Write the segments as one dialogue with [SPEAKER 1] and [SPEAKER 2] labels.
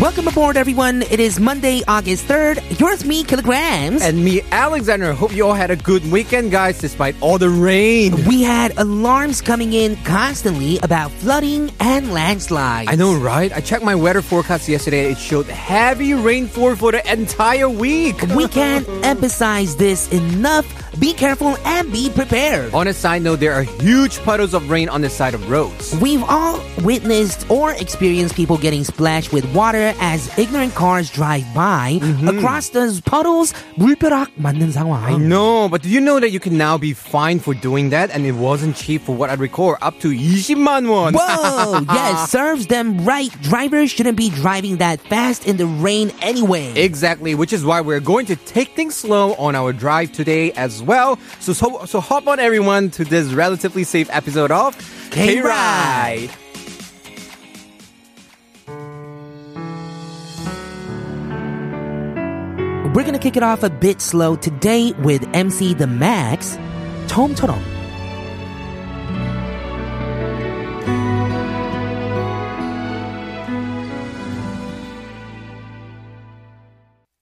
[SPEAKER 1] Welcome aboard, everyone. It is Monday, August 3rd. Yours, me, Kilograms.
[SPEAKER 2] and me, Alexander. Hope you all had a good weekend, guys, despite all the rain.
[SPEAKER 1] we had alarms coming in constantly about flooding and landslides.
[SPEAKER 2] I know, right? I checked my weather forecast yesterday. and It showed heavy rainfall for the entire week.
[SPEAKER 1] We can't emphasize this enough. Be careful and be prepared.
[SPEAKER 2] On a side note, there are huge puddles of rain on the side of roads.
[SPEAKER 1] We've all witnessed or experienced people getting splashed with water as ignorant cars drive by across those puddles. 물벼락 맞는 상황.
[SPEAKER 2] Mm-hmm. I know, but do you know that you can now be fined for doing that? And it wasn't cheap for what I recall, up to 20만 won.
[SPEAKER 1] Whoa! yes, serves them right. Drivers shouldn't be driving that fast in the rain anyway.
[SPEAKER 2] Exactly, which is why we're going to take things slow on our drive today as well. So, so, so hop on everyone to this relatively safe episode of
[SPEAKER 1] K-Ride.
[SPEAKER 2] K-Ride.
[SPEAKER 1] We're gonna kick it off a bit slow today with MC The Max. 처음처럼.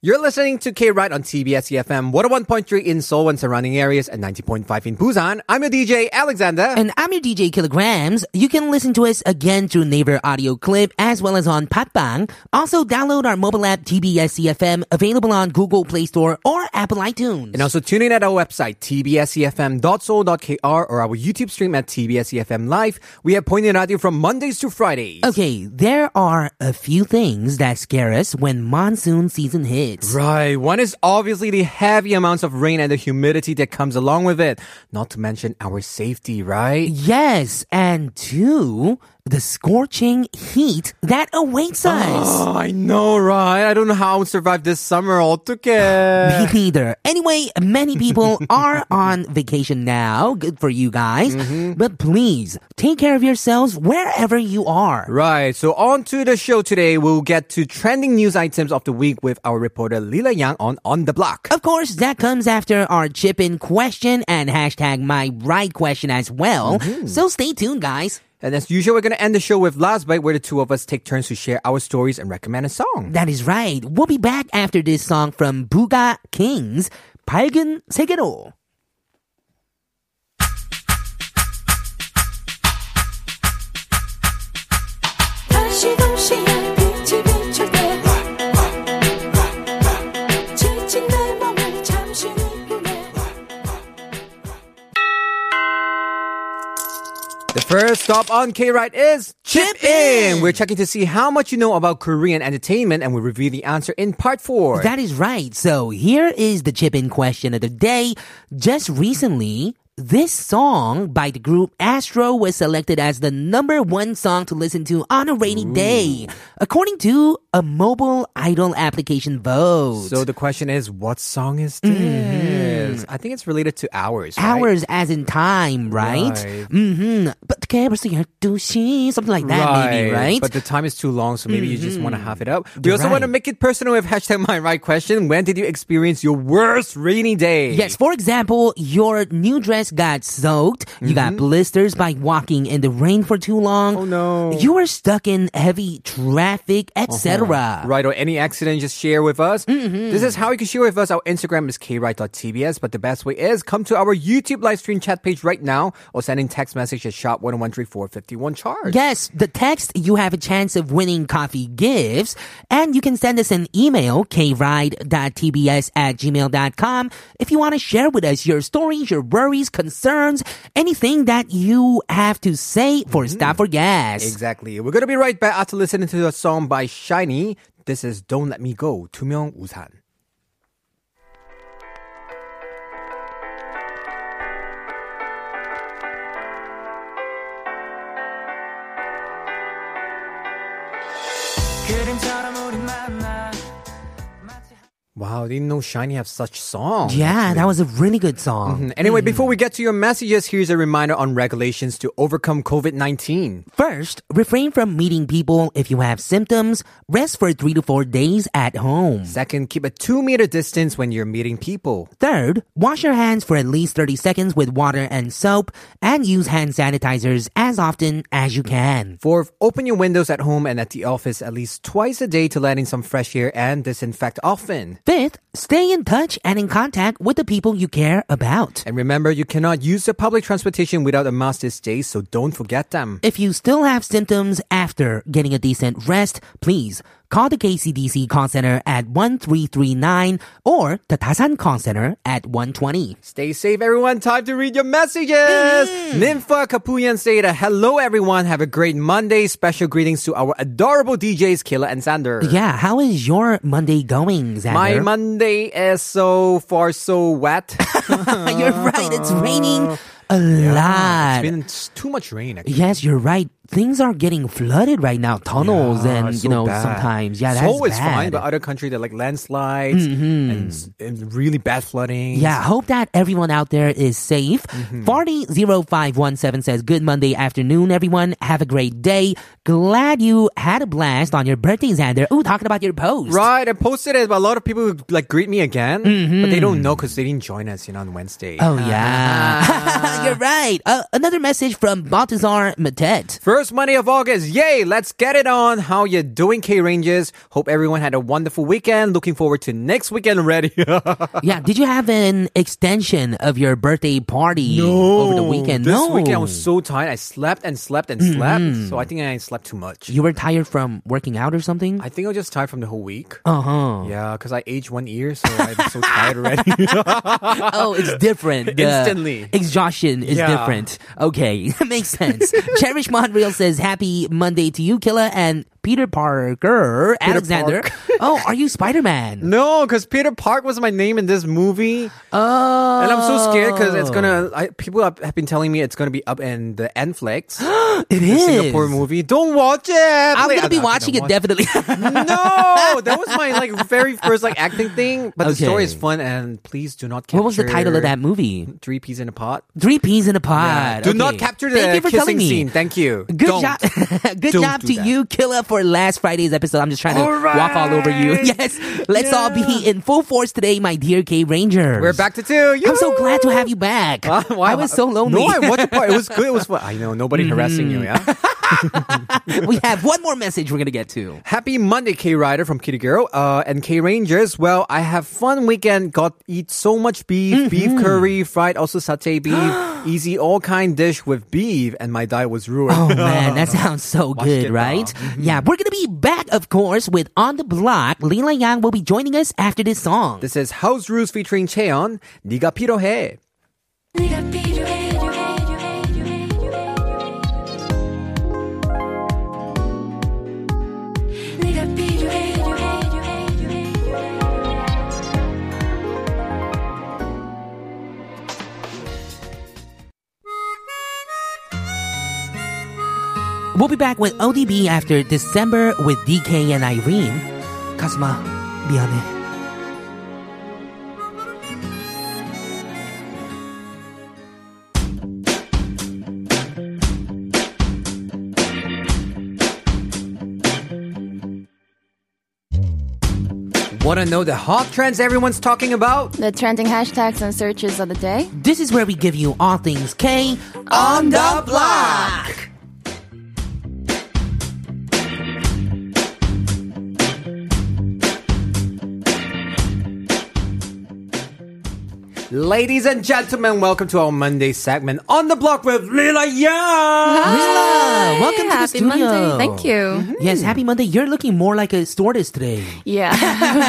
[SPEAKER 2] You're listening to K Ride on TBS EFM 101.3 in Seoul and surrounding areas and 90.5 in Busan. I'm your DJ Alexander.
[SPEAKER 1] And I'm your DJ Kilograms. You can listen to us again through Naver Audio Clip as well as on Patbang. Also download our mobile app TBS EFM available on Google Play Store or Apple iTunes.
[SPEAKER 2] And also tune in at our website, E tbsefm.soul.kr or our YouTube stream at tbsefm E live. We have pointed out you from Mondays to Fridays.
[SPEAKER 1] okay, there are a few things that scare us when monsoon season hits.
[SPEAKER 2] Right. One is obviously the heavy amounts of rain and the humidity that comes along with it. Not to mention our safety, right?
[SPEAKER 1] Yes, and two, the scorching heat that awaits us.
[SPEAKER 2] Oh, I know, right? I don't know how I'll survive this summer.
[SPEAKER 1] Me
[SPEAKER 2] 어떡해.
[SPEAKER 1] neither. Anyway, many people are on vacation now. Good for you guys. But please take care of yourselves wherever you are.
[SPEAKER 2] Right, so on to the show today. We'll get to trending news items of the week with our reporter Lila Yang on On the Block.
[SPEAKER 1] Of course, that comes after our chip in question and hashtag my right question as well. So stay tuned, guys.
[SPEAKER 2] And as usual, we're going to end the show with Last Bite, where the two of us take turns to share our stories and recommend a song.
[SPEAKER 1] That is right. We'll be back after this song from Buga Kings, 밝은 세계로.
[SPEAKER 3] 다시 도시에 빛이 비출 때 지친 내 몸을 잠시 느끼네
[SPEAKER 2] The first stop on K Ride is Chip In. We're checking to see how much you know about Korean entertainment, and we'll review the answer in part four.
[SPEAKER 1] That is right. So here is the chip in question of the day. Just recently, this song by the group Astro was selected as the number one song to listen to on a rainy day, according to a mobile idol application vote.
[SPEAKER 2] so the question is, what song is this? I think it's related to hours. right?
[SPEAKER 1] Mm-hmm. Hours as in time, right?
[SPEAKER 2] Right.
[SPEAKER 1] Mm-hmm. But okay, 벌써 12시, something like that, maybe, right? Mm-hmm.
[SPEAKER 2] But the time is too long, so maybe you just want to half it up. We also want to make it personal with hashtag my right question. When did you experience your worst rainy day?
[SPEAKER 1] Yes, for example, your new dress got soaked. You got blisters by walking in the rain for too long.
[SPEAKER 2] Mm-hmm. Oh, no. Uh-huh.
[SPEAKER 1] You were stuck in heavy traffic, etc.
[SPEAKER 2] Right, or any accident, just share with us.
[SPEAKER 1] Mm-hmm.
[SPEAKER 2] This is how you can share with us. Our Instagram is krite.tbs, but the best way is come to our YouTube live stream chat page right now or send in text message at oh shop 10134551 charge.
[SPEAKER 1] Yes, the text you have a chance of winning coffee gifts, and you can send us an email, kride.tbs at gmail.com, if you want to share with us your stories, your worries, concerns, anything that you have to say for Stop for Gas.
[SPEAKER 2] Mm-hmm. Exactly. We're going to be right back after listening to a song by Shiny. This is Don't Let Me Go, 투명 우산. Wow, didn't know Shiny have such songs.
[SPEAKER 1] Yeah, that was a really good song.
[SPEAKER 2] Anyway, before we get to your messages, here's a reminder on regulations to overcome COVID 19.
[SPEAKER 1] First, refrain from meeting people if you have symptoms. Rest for three to four days at home.
[SPEAKER 2] Second, keep a two meter distance when you're meeting people.
[SPEAKER 1] Third, wash your hands for at least 30 seconds with water and soap and use hand sanitizers as often as you can.
[SPEAKER 2] Fourth, open your windows at home and at the office at least twice a day to let in some fresh air and disinfect often.
[SPEAKER 1] Fifth, stay in touch and in contact with the people you care about.
[SPEAKER 2] And remember, you cannot use the public transportation without a mask these days, so don't forget them.
[SPEAKER 1] If you still have symptoms after getting a decent rest, please call the KCDC call center at 1339 or the Dasan call center at 120.
[SPEAKER 2] Stay safe, everyone. Time to read your messages. Ninfa Kapuyan Seda, hello, everyone. Have a great Monday. Special greetings to our adorable DJs, Kayla and Sander.
[SPEAKER 1] Yeah, how is your Monday going, Xander?
[SPEAKER 2] My Monday is so far so wet.
[SPEAKER 1] You're right, it's raining a
[SPEAKER 2] it's
[SPEAKER 1] lot.
[SPEAKER 2] been s- too much rain. Actually.
[SPEAKER 1] Yes, you're right. Things are getting flooded right now. Tunnels
[SPEAKER 2] Yeah,
[SPEAKER 1] and
[SPEAKER 2] it's
[SPEAKER 1] you
[SPEAKER 2] so
[SPEAKER 1] know
[SPEAKER 2] bad.
[SPEAKER 1] sometimes yeah, that's
[SPEAKER 2] Seoul is
[SPEAKER 1] bad. Mm-hmm.
[SPEAKER 2] fine, but other country they're like landslides and, s- and really bad flooding.
[SPEAKER 1] yeah, hope that everyone out there is safe.
[SPEAKER 2] Mm-hmm.
[SPEAKER 1] 40017 says, Good Monday afternoon, everyone. Have a great day. Glad you had a blast on your birthday, Xander. Ooh, talking about your post.
[SPEAKER 2] Right, I posted it, but a lot of people like greet me again, but they don't know because they didn't join us, you know, on Wednesday.
[SPEAKER 1] Mm-hmm. Oh, yeah. You're right. Uh, another message from Baltazar Matet.
[SPEAKER 2] First Monday of August, yay! Let's get it on. How you doing, K Rangers? Hope everyone had a wonderful weekend. Looking forward to next weekend already.
[SPEAKER 1] Yeah, did you have an extension of your birthday party over the weekend?
[SPEAKER 2] This
[SPEAKER 1] no.
[SPEAKER 2] weekend I was so tired. I slept and slept and slept. So I think I slept too much.
[SPEAKER 1] Mm-hmm. you were tired from working out or something?
[SPEAKER 2] I think I was just tired from the whole week.
[SPEAKER 1] Uh huh.
[SPEAKER 2] Yeah, because I aged one ear, so I'm so tired already.
[SPEAKER 1] Oh, it's different. The
[SPEAKER 2] Instantly.
[SPEAKER 1] Exhaustion is
[SPEAKER 2] Yeah.
[SPEAKER 1] different. Okay, makes sense. Cherish Monreal says, Happy Monday to you, Killa, and Peter Parker, Alexander.
[SPEAKER 2] Park.
[SPEAKER 1] oh, are you Spider Man?
[SPEAKER 2] no, because Peter Park was my name in this movie,
[SPEAKER 1] Oh.
[SPEAKER 2] and I'm so scared because it's gonna. I, people have have been telling me it's gonna be up in the Netflix,
[SPEAKER 1] It
[SPEAKER 2] the
[SPEAKER 1] is.
[SPEAKER 2] Singapore movie. Don't watch it.
[SPEAKER 1] I'm
[SPEAKER 2] Please.
[SPEAKER 1] going to be
[SPEAKER 2] not
[SPEAKER 1] watching it
[SPEAKER 2] watch
[SPEAKER 1] definitely.
[SPEAKER 2] no, that was my like very first like acting thing. But the
[SPEAKER 1] Okay.
[SPEAKER 2] story is fun, and please do not. Capture
[SPEAKER 1] what was the title of that movie?
[SPEAKER 2] Three peas in a pot.
[SPEAKER 1] Three peas in a
[SPEAKER 2] Yeah.
[SPEAKER 1] pod.
[SPEAKER 2] Do
[SPEAKER 1] Okay.
[SPEAKER 2] not capture the
[SPEAKER 1] Thank you for telling
[SPEAKER 2] kissing
[SPEAKER 1] me.
[SPEAKER 2] scene. Thank you.
[SPEAKER 1] Good
[SPEAKER 2] Don't.
[SPEAKER 1] job. Good
[SPEAKER 2] Don't
[SPEAKER 1] job
[SPEAKER 2] do
[SPEAKER 1] to
[SPEAKER 2] that.
[SPEAKER 1] you, Killa, for last Friday's episode. I'm just trying to walk all over you. Yes. Let's all be in full force today, my dear K Rangers.
[SPEAKER 2] We're back to two.
[SPEAKER 1] I'm so glad to have you back. I was so lonely.
[SPEAKER 2] No, I watched the part. It was good. It was fun. I know nobody
[SPEAKER 1] Mm-hmm.
[SPEAKER 2] harassing you. Yeah.
[SPEAKER 1] we have one more message we're gonna get to.
[SPEAKER 2] Happy Monday, K Rider from Kitty Girl uh, and K Rangers. Well, I have fun weekend. Got eat so much beef, beef curry, fried also satay beef, easy all kind dish with beef, and my diet was ruined.
[SPEAKER 1] Oh man, that sounds so good,
[SPEAKER 2] it Mm-hmm.
[SPEAKER 1] right? Yeah, we're gonna be back, of course, with On the Block. Lila Yang will be joining us after this song.
[SPEAKER 2] This is House Rules featuring Cheon. 네가 필요해.
[SPEAKER 3] 네가 필요해, 필요해, 필요해, 필요해, 필요해, 필요해. 네가 필요해, 필요해, 필요해, 필요해, 필요해.
[SPEAKER 1] We'll be back with ODB after December with DK and Irene. Kasma, 미안해.
[SPEAKER 2] Want to know the hot trends everyone's talking about?
[SPEAKER 4] The trending hashtags and searches of the day.
[SPEAKER 1] This is where we give you all things K
[SPEAKER 2] On the block. Ladies and gentlemen, welcome to our Monday segment on the block with Lila Yang.
[SPEAKER 1] Lila, welcome to the
[SPEAKER 4] Happy
[SPEAKER 1] studio. Mm-hmm.
[SPEAKER 4] Monday. Thank you.
[SPEAKER 1] Yes, happy Monday. You're looking more like a stewardess today.
[SPEAKER 4] Yeah.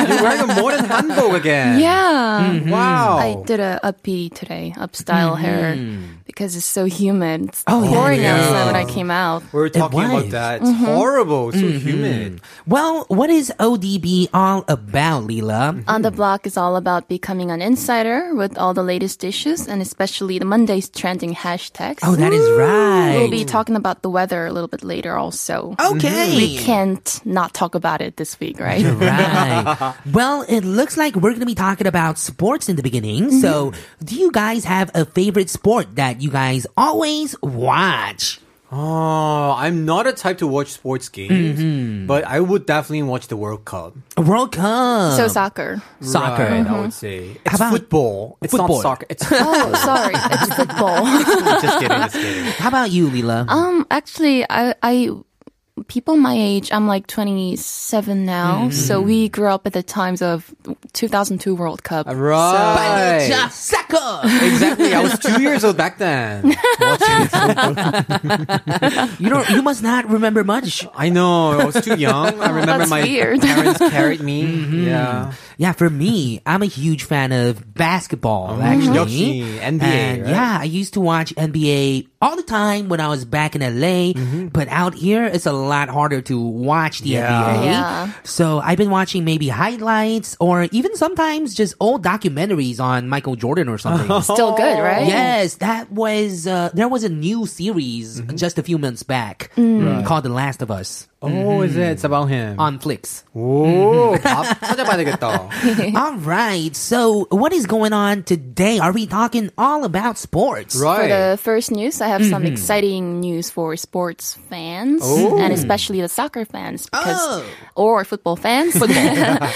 [SPEAKER 2] You're wearing a modern hanbok again.
[SPEAKER 4] yeah.
[SPEAKER 1] Mm-hmm.
[SPEAKER 4] Mm,
[SPEAKER 2] Wow.
[SPEAKER 4] I did a uppy today, up style hair because it's so humid. It's
[SPEAKER 1] Oh, yeah,
[SPEAKER 4] pouring
[SPEAKER 1] yeah.
[SPEAKER 4] outside when I came out.
[SPEAKER 2] we were talking
[SPEAKER 1] was.
[SPEAKER 2] about that.
[SPEAKER 4] Mm-hmm.
[SPEAKER 2] It's horrible. So humid.
[SPEAKER 1] Well, what is ODB all about, Lila?
[SPEAKER 4] On the Block is all about becoming an insider with with all the latest issues and especially the Monday's trending hashtags.
[SPEAKER 1] Oh, that is
[SPEAKER 4] We'll
[SPEAKER 1] right.
[SPEAKER 4] be talking about the weather a little bit later also.
[SPEAKER 1] Okay.
[SPEAKER 4] We can't not talk about it this week, right?
[SPEAKER 1] right. Well, it looks like we're going to be talking about sports in the beginning.
[SPEAKER 4] Mm-hmm.
[SPEAKER 1] So, do you guys have a favorite sport that you guys always watch?
[SPEAKER 2] Oh, I'm not a type to watch sports games,
[SPEAKER 4] Mm-hmm.
[SPEAKER 2] but I would definitely watch the World Cup.
[SPEAKER 1] World Cup.
[SPEAKER 4] So soccer.
[SPEAKER 1] soccer.
[SPEAKER 2] Right, I would say. It's
[SPEAKER 1] about-
[SPEAKER 2] Mm-hmm. football. It's
[SPEAKER 1] Football.
[SPEAKER 2] not soccer. It's
[SPEAKER 4] Oh, sorry. It's football.
[SPEAKER 2] just kidding, just kidding.
[SPEAKER 1] How about you, Lila?
[SPEAKER 4] um, actually, I, I, people my age, I'm like 27 now.
[SPEAKER 2] Mm-hmm.
[SPEAKER 4] So we grew up at the times of 2002 World Cup.
[SPEAKER 2] Right.
[SPEAKER 1] Just soccer.
[SPEAKER 2] exactly. I was two years old back then.
[SPEAKER 1] you don't. You must not remember much.
[SPEAKER 2] I know. I was too young. I remember
[SPEAKER 4] That's
[SPEAKER 2] my
[SPEAKER 4] weird.
[SPEAKER 2] parents carried me. Yeah.
[SPEAKER 1] Yeah, for me, I'm a huge fan of basketball.
[SPEAKER 2] Mm.
[SPEAKER 1] Actually,
[SPEAKER 2] 역시, NBA,
[SPEAKER 1] And
[SPEAKER 2] right?
[SPEAKER 1] yeah, I used to watch NBA all the time when I was back in LA. But out here, it's a lot harder to watch the
[SPEAKER 2] Mm-hmm. Yeah.
[SPEAKER 1] NBA.
[SPEAKER 4] Yeah.
[SPEAKER 1] So I've been watching maybe highlights or even sometimes just old documentaries on Michael Jordan or something.
[SPEAKER 2] Oh.
[SPEAKER 4] Still good, right?
[SPEAKER 1] Yes, that was uh, there was a new series
[SPEAKER 2] Mm-hmm.
[SPEAKER 1] just a few months back
[SPEAKER 2] Mm.
[SPEAKER 1] called The Last of Us
[SPEAKER 2] Oh, is it? It's about him.
[SPEAKER 1] on Flix.
[SPEAKER 2] 오, 밥 찾아봐야 되겠다.
[SPEAKER 1] All right. So, what is going on today? Are we talking all about sports?
[SPEAKER 4] For
[SPEAKER 2] Right. Mm-hmm.
[SPEAKER 4] the first news, I have some exciting news for sports fans
[SPEAKER 2] Oh.
[SPEAKER 4] and especially the soccer fans because or football fans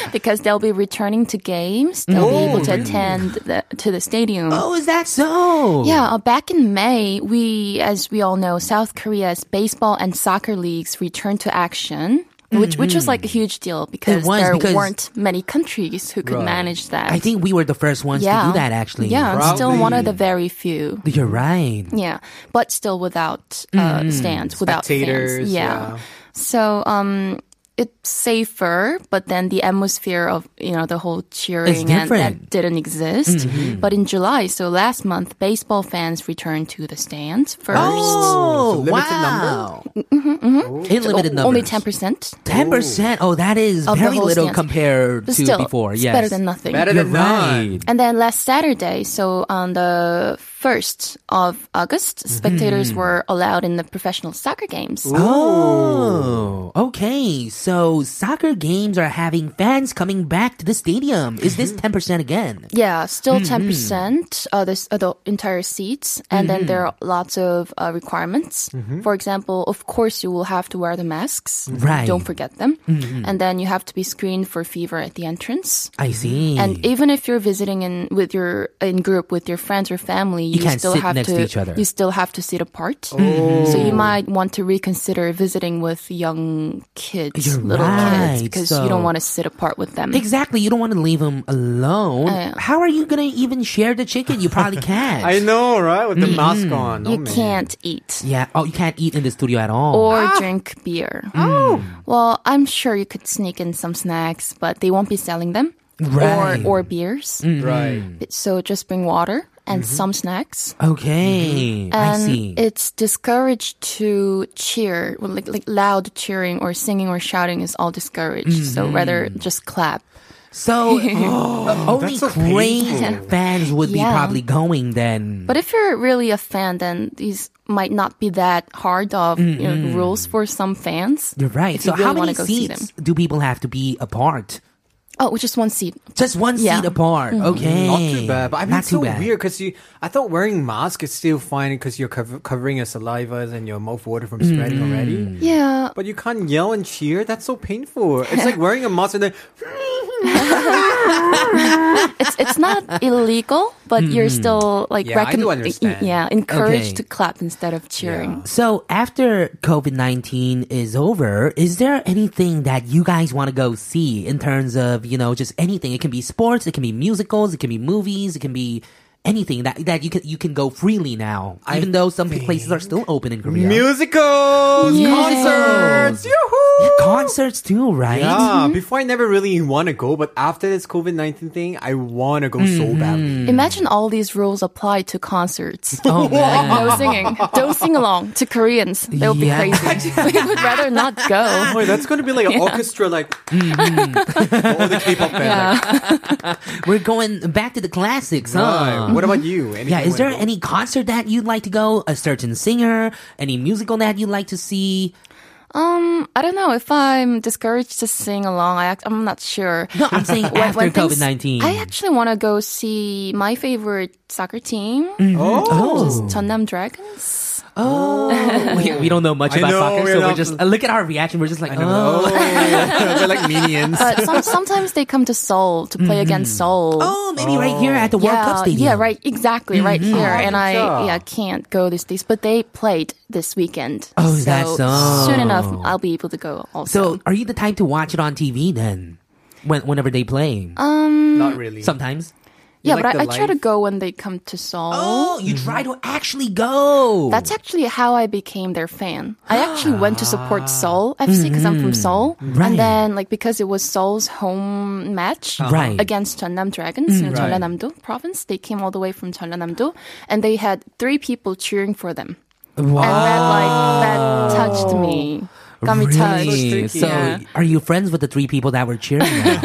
[SPEAKER 4] because they'll be returning to games. They'll be able
[SPEAKER 2] Oh,
[SPEAKER 4] to attend the, to the stadium.
[SPEAKER 1] Oh, is that so?
[SPEAKER 4] Yeah, uh, back in May, we, as we all know, South Korea's baseball and soccer leagues returned to action. Which, which was like a huge deal because
[SPEAKER 1] Mm-hmm. was,
[SPEAKER 4] there
[SPEAKER 1] because-
[SPEAKER 4] weren't many countries who could manage that.
[SPEAKER 1] I think we were the first ones to do that actually.
[SPEAKER 4] Yeah, still
[SPEAKER 2] Probably.
[SPEAKER 4] one of the very few.
[SPEAKER 1] You're right.
[SPEAKER 4] Yeah, but still without uh,
[SPEAKER 1] Mm-hmm.
[SPEAKER 4] stands, without
[SPEAKER 2] Spectators,
[SPEAKER 4] fans.
[SPEAKER 2] yeah.
[SPEAKER 4] So um, it's safer, but then the atmosphere of you know the whole cheering and
[SPEAKER 1] different. Mm-hmm.
[SPEAKER 4] that didn't exist. But in July, so last month, baseball fans returned to the stands first.
[SPEAKER 1] Oh,
[SPEAKER 2] limited
[SPEAKER 1] wow. In
[SPEAKER 4] O-
[SPEAKER 1] limited numbers.
[SPEAKER 4] Only ten percent.
[SPEAKER 1] 10%. Oh, that is
[SPEAKER 4] Of the
[SPEAKER 1] very
[SPEAKER 4] whole
[SPEAKER 1] little
[SPEAKER 4] stance.
[SPEAKER 1] compared to
[SPEAKER 4] Still,
[SPEAKER 1] before.
[SPEAKER 4] it's
[SPEAKER 1] Yes.
[SPEAKER 4] better than nothing.
[SPEAKER 2] Better
[SPEAKER 1] You're
[SPEAKER 2] than none.
[SPEAKER 1] right.
[SPEAKER 4] And then last Saturday, so on the 1st of August,
[SPEAKER 1] Mm-hmm.
[SPEAKER 4] spectators were allowed in the professional soccer games.
[SPEAKER 1] Oh, okay. So soccer games are having fans coming back to the stadium. Is
[SPEAKER 2] Mm-hmm.
[SPEAKER 1] this 10% again?
[SPEAKER 4] Yeah, still
[SPEAKER 1] Mm-hmm.
[SPEAKER 4] 10% uh, this, uh, the entire seats. And then there
[SPEAKER 1] Mm-hmm.
[SPEAKER 4] are lots of uh, requirements. For example, of course, you will have to wear the masks.
[SPEAKER 1] Right. Mm-hmm.
[SPEAKER 4] Don't forget them. And then you have to be screened for fever at the entrance.
[SPEAKER 1] I see.
[SPEAKER 4] And even if you're visiting in with your in group with your friends or family, you,
[SPEAKER 1] can't
[SPEAKER 4] still
[SPEAKER 1] sit
[SPEAKER 4] have
[SPEAKER 1] next to
[SPEAKER 4] to
[SPEAKER 1] each other. Oh.
[SPEAKER 4] you still have to sit apart. So you might want to reconsider visiting with young kids,
[SPEAKER 1] You're
[SPEAKER 4] little
[SPEAKER 1] right,
[SPEAKER 4] kids, because
[SPEAKER 1] so-
[SPEAKER 4] you don't want to sit apart with them.
[SPEAKER 1] Exactly. You don't want to leave him alone.
[SPEAKER 4] Uh,
[SPEAKER 1] How are you going to even share the chicken? You probably can't.
[SPEAKER 2] I know, right? With the mask on.
[SPEAKER 4] Mm-hmm. You
[SPEAKER 2] oh, man.
[SPEAKER 4] can't eat
[SPEAKER 1] Yeah. Oh, you can't eat in the studio at all.
[SPEAKER 4] or drink beer. Oh.
[SPEAKER 1] Mm.
[SPEAKER 4] Well, I'm sure you could sneak in some snacks, but they won't be selling them.
[SPEAKER 1] Right. Mm.
[SPEAKER 4] Or or beers.
[SPEAKER 2] Right.
[SPEAKER 4] So just bring water and some snacks.
[SPEAKER 1] okay. Mm-hmm. I
[SPEAKER 4] Mm-hmm. And
[SPEAKER 1] see.
[SPEAKER 4] It's discouraged to cheer, well, like, like loud cheering or singing or shouting is all discouraged. So
[SPEAKER 1] Mm-hmm.
[SPEAKER 4] rather just clap.
[SPEAKER 1] so uh, only
[SPEAKER 2] Oh, so
[SPEAKER 1] crazy
[SPEAKER 2] painful.
[SPEAKER 1] fans would be
[SPEAKER 4] Yeah.
[SPEAKER 1] probably going then.
[SPEAKER 4] But if you're really a fan, then these might not be that hard of you know, rules for some fans.
[SPEAKER 1] You're right.
[SPEAKER 4] If you
[SPEAKER 1] So
[SPEAKER 4] really
[SPEAKER 1] how
[SPEAKER 4] wanna
[SPEAKER 1] many
[SPEAKER 4] go see
[SPEAKER 1] seats do people have to be apart?
[SPEAKER 4] Oh, just one seat.
[SPEAKER 1] Just one
[SPEAKER 4] Yeah. Mm-hmm.
[SPEAKER 1] seat apart. Okay.
[SPEAKER 2] Not too bad, but I mean,
[SPEAKER 1] Not
[SPEAKER 2] it's
[SPEAKER 1] too
[SPEAKER 2] so
[SPEAKER 1] bad.
[SPEAKER 2] weird because you. I thought wearing mask is still fine because you're cover, covering your saliva and your mouth water from spreading
[SPEAKER 1] Mm-hmm.
[SPEAKER 2] already.
[SPEAKER 4] Yeah.
[SPEAKER 2] But you can't yell and cheer. That's so painful. It's like wearing a mask and then
[SPEAKER 4] it's it's not illegal, but you're
[SPEAKER 1] Hmm.
[SPEAKER 4] still like
[SPEAKER 2] Yeah, I do
[SPEAKER 4] recom-
[SPEAKER 2] understand.
[SPEAKER 4] yeah, encouraged
[SPEAKER 1] Okay.
[SPEAKER 4] to clap instead of cheering.
[SPEAKER 1] So after COVID 19 is over, is there anything that you guys want to go see in terms of, you know, just anything? It can be sports, it can be musicals, it can be movies, it can be anything that, that you can you can go freely now. even though some places are still open in Korea.
[SPEAKER 2] musicals,
[SPEAKER 4] Yeah.
[SPEAKER 2] concerts. Yoo-hoo!
[SPEAKER 1] Concerts too, right?
[SPEAKER 2] Yeah, before I never really want to go, but after this COVID 19 thing, I want to go so
[SPEAKER 1] Mm-hmm.
[SPEAKER 2] badly.
[SPEAKER 4] Imagine all these rules apply to concerts.
[SPEAKER 1] Hmm. Oh, man.
[SPEAKER 4] No singing. Don't sing along to Koreans. They will
[SPEAKER 1] Yeah.
[SPEAKER 4] be crazy. we would rather not go.
[SPEAKER 2] Wait, that's going to be like an orchestra, like
[SPEAKER 1] Mm-hmm.
[SPEAKER 2] all the K pop band. like,
[SPEAKER 1] We're going back to the classics, huh?
[SPEAKER 2] right. What about you? Anything
[SPEAKER 1] Uh-huh. Yeah, is there
[SPEAKER 2] you
[SPEAKER 1] any concert that you'd like to go? A certain singer? Any musical that you'd like to see?
[SPEAKER 4] Um, I don't know if I'm discouraged to sing along. I act, I'm not sure.
[SPEAKER 1] No, I'm saying after
[SPEAKER 4] things-
[SPEAKER 1] COVID-19.
[SPEAKER 4] I actually want to go see my favorite soccer team,
[SPEAKER 1] Mm-hmm.
[SPEAKER 2] want?
[SPEAKER 4] which
[SPEAKER 2] Oh,
[SPEAKER 4] is Jeonnam Dragons.
[SPEAKER 1] Oh, we, we don't know much
[SPEAKER 2] I
[SPEAKER 1] about
[SPEAKER 2] know,
[SPEAKER 1] soccer,
[SPEAKER 2] we're
[SPEAKER 1] so we're
[SPEAKER 2] not-
[SPEAKER 1] just uh, look at our reaction. We're just like, oh,
[SPEAKER 2] oh. they're like minions.
[SPEAKER 4] But Uh, some, sometimes they come to Seoul to
[SPEAKER 2] Mm-hmm.
[SPEAKER 4] play against Seoul.
[SPEAKER 1] oh, maybe right here at the World Cup stadium.
[SPEAKER 4] Yeah, right. Exactly, right
[SPEAKER 2] Mm-hmm.
[SPEAKER 4] here. and I
[SPEAKER 2] 진짜.
[SPEAKER 4] yeah can't go these days, but they played this weekend.
[SPEAKER 1] Oh, is that so?
[SPEAKER 4] soon enough,
[SPEAKER 2] Oh.
[SPEAKER 4] I'll be able to go. Also,
[SPEAKER 1] So, are you the type to watch it on TV then? When, whenever they play,
[SPEAKER 4] Um,
[SPEAKER 2] Not really.
[SPEAKER 1] sometimes.
[SPEAKER 4] yeah,
[SPEAKER 2] like
[SPEAKER 4] but I, I
[SPEAKER 2] the
[SPEAKER 4] try to
[SPEAKER 2] life?
[SPEAKER 4] go when they come to Seoul.
[SPEAKER 1] Oh, you try to actually go.
[SPEAKER 4] mm-hmm. That's actually how I became their fan. I actually went to support Seoul FC because I'm from Seoul,
[SPEAKER 1] Right.
[SPEAKER 4] and then like because it was Seoul's home match
[SPEAKER 1] Right.
[SPEAKER 4] against Jeonnam Dragons in
[SPEAKER 2] Right.
[SPEAKER 4] Jeollanam-do province, they came all the way from Jeollanam-do, and they had three people cheering for them,
[SPEAKER 1] wow.
[SPEAKER 4] and that like that touched me, got me touched.
[SPEAKER 1] Really?
[SPEAKER 2] touched.
[SPEAKER 1] So,
[SPEAKER 4] Yeah.
[SPEAKER 1] are you friends with the three people that were cheering? you?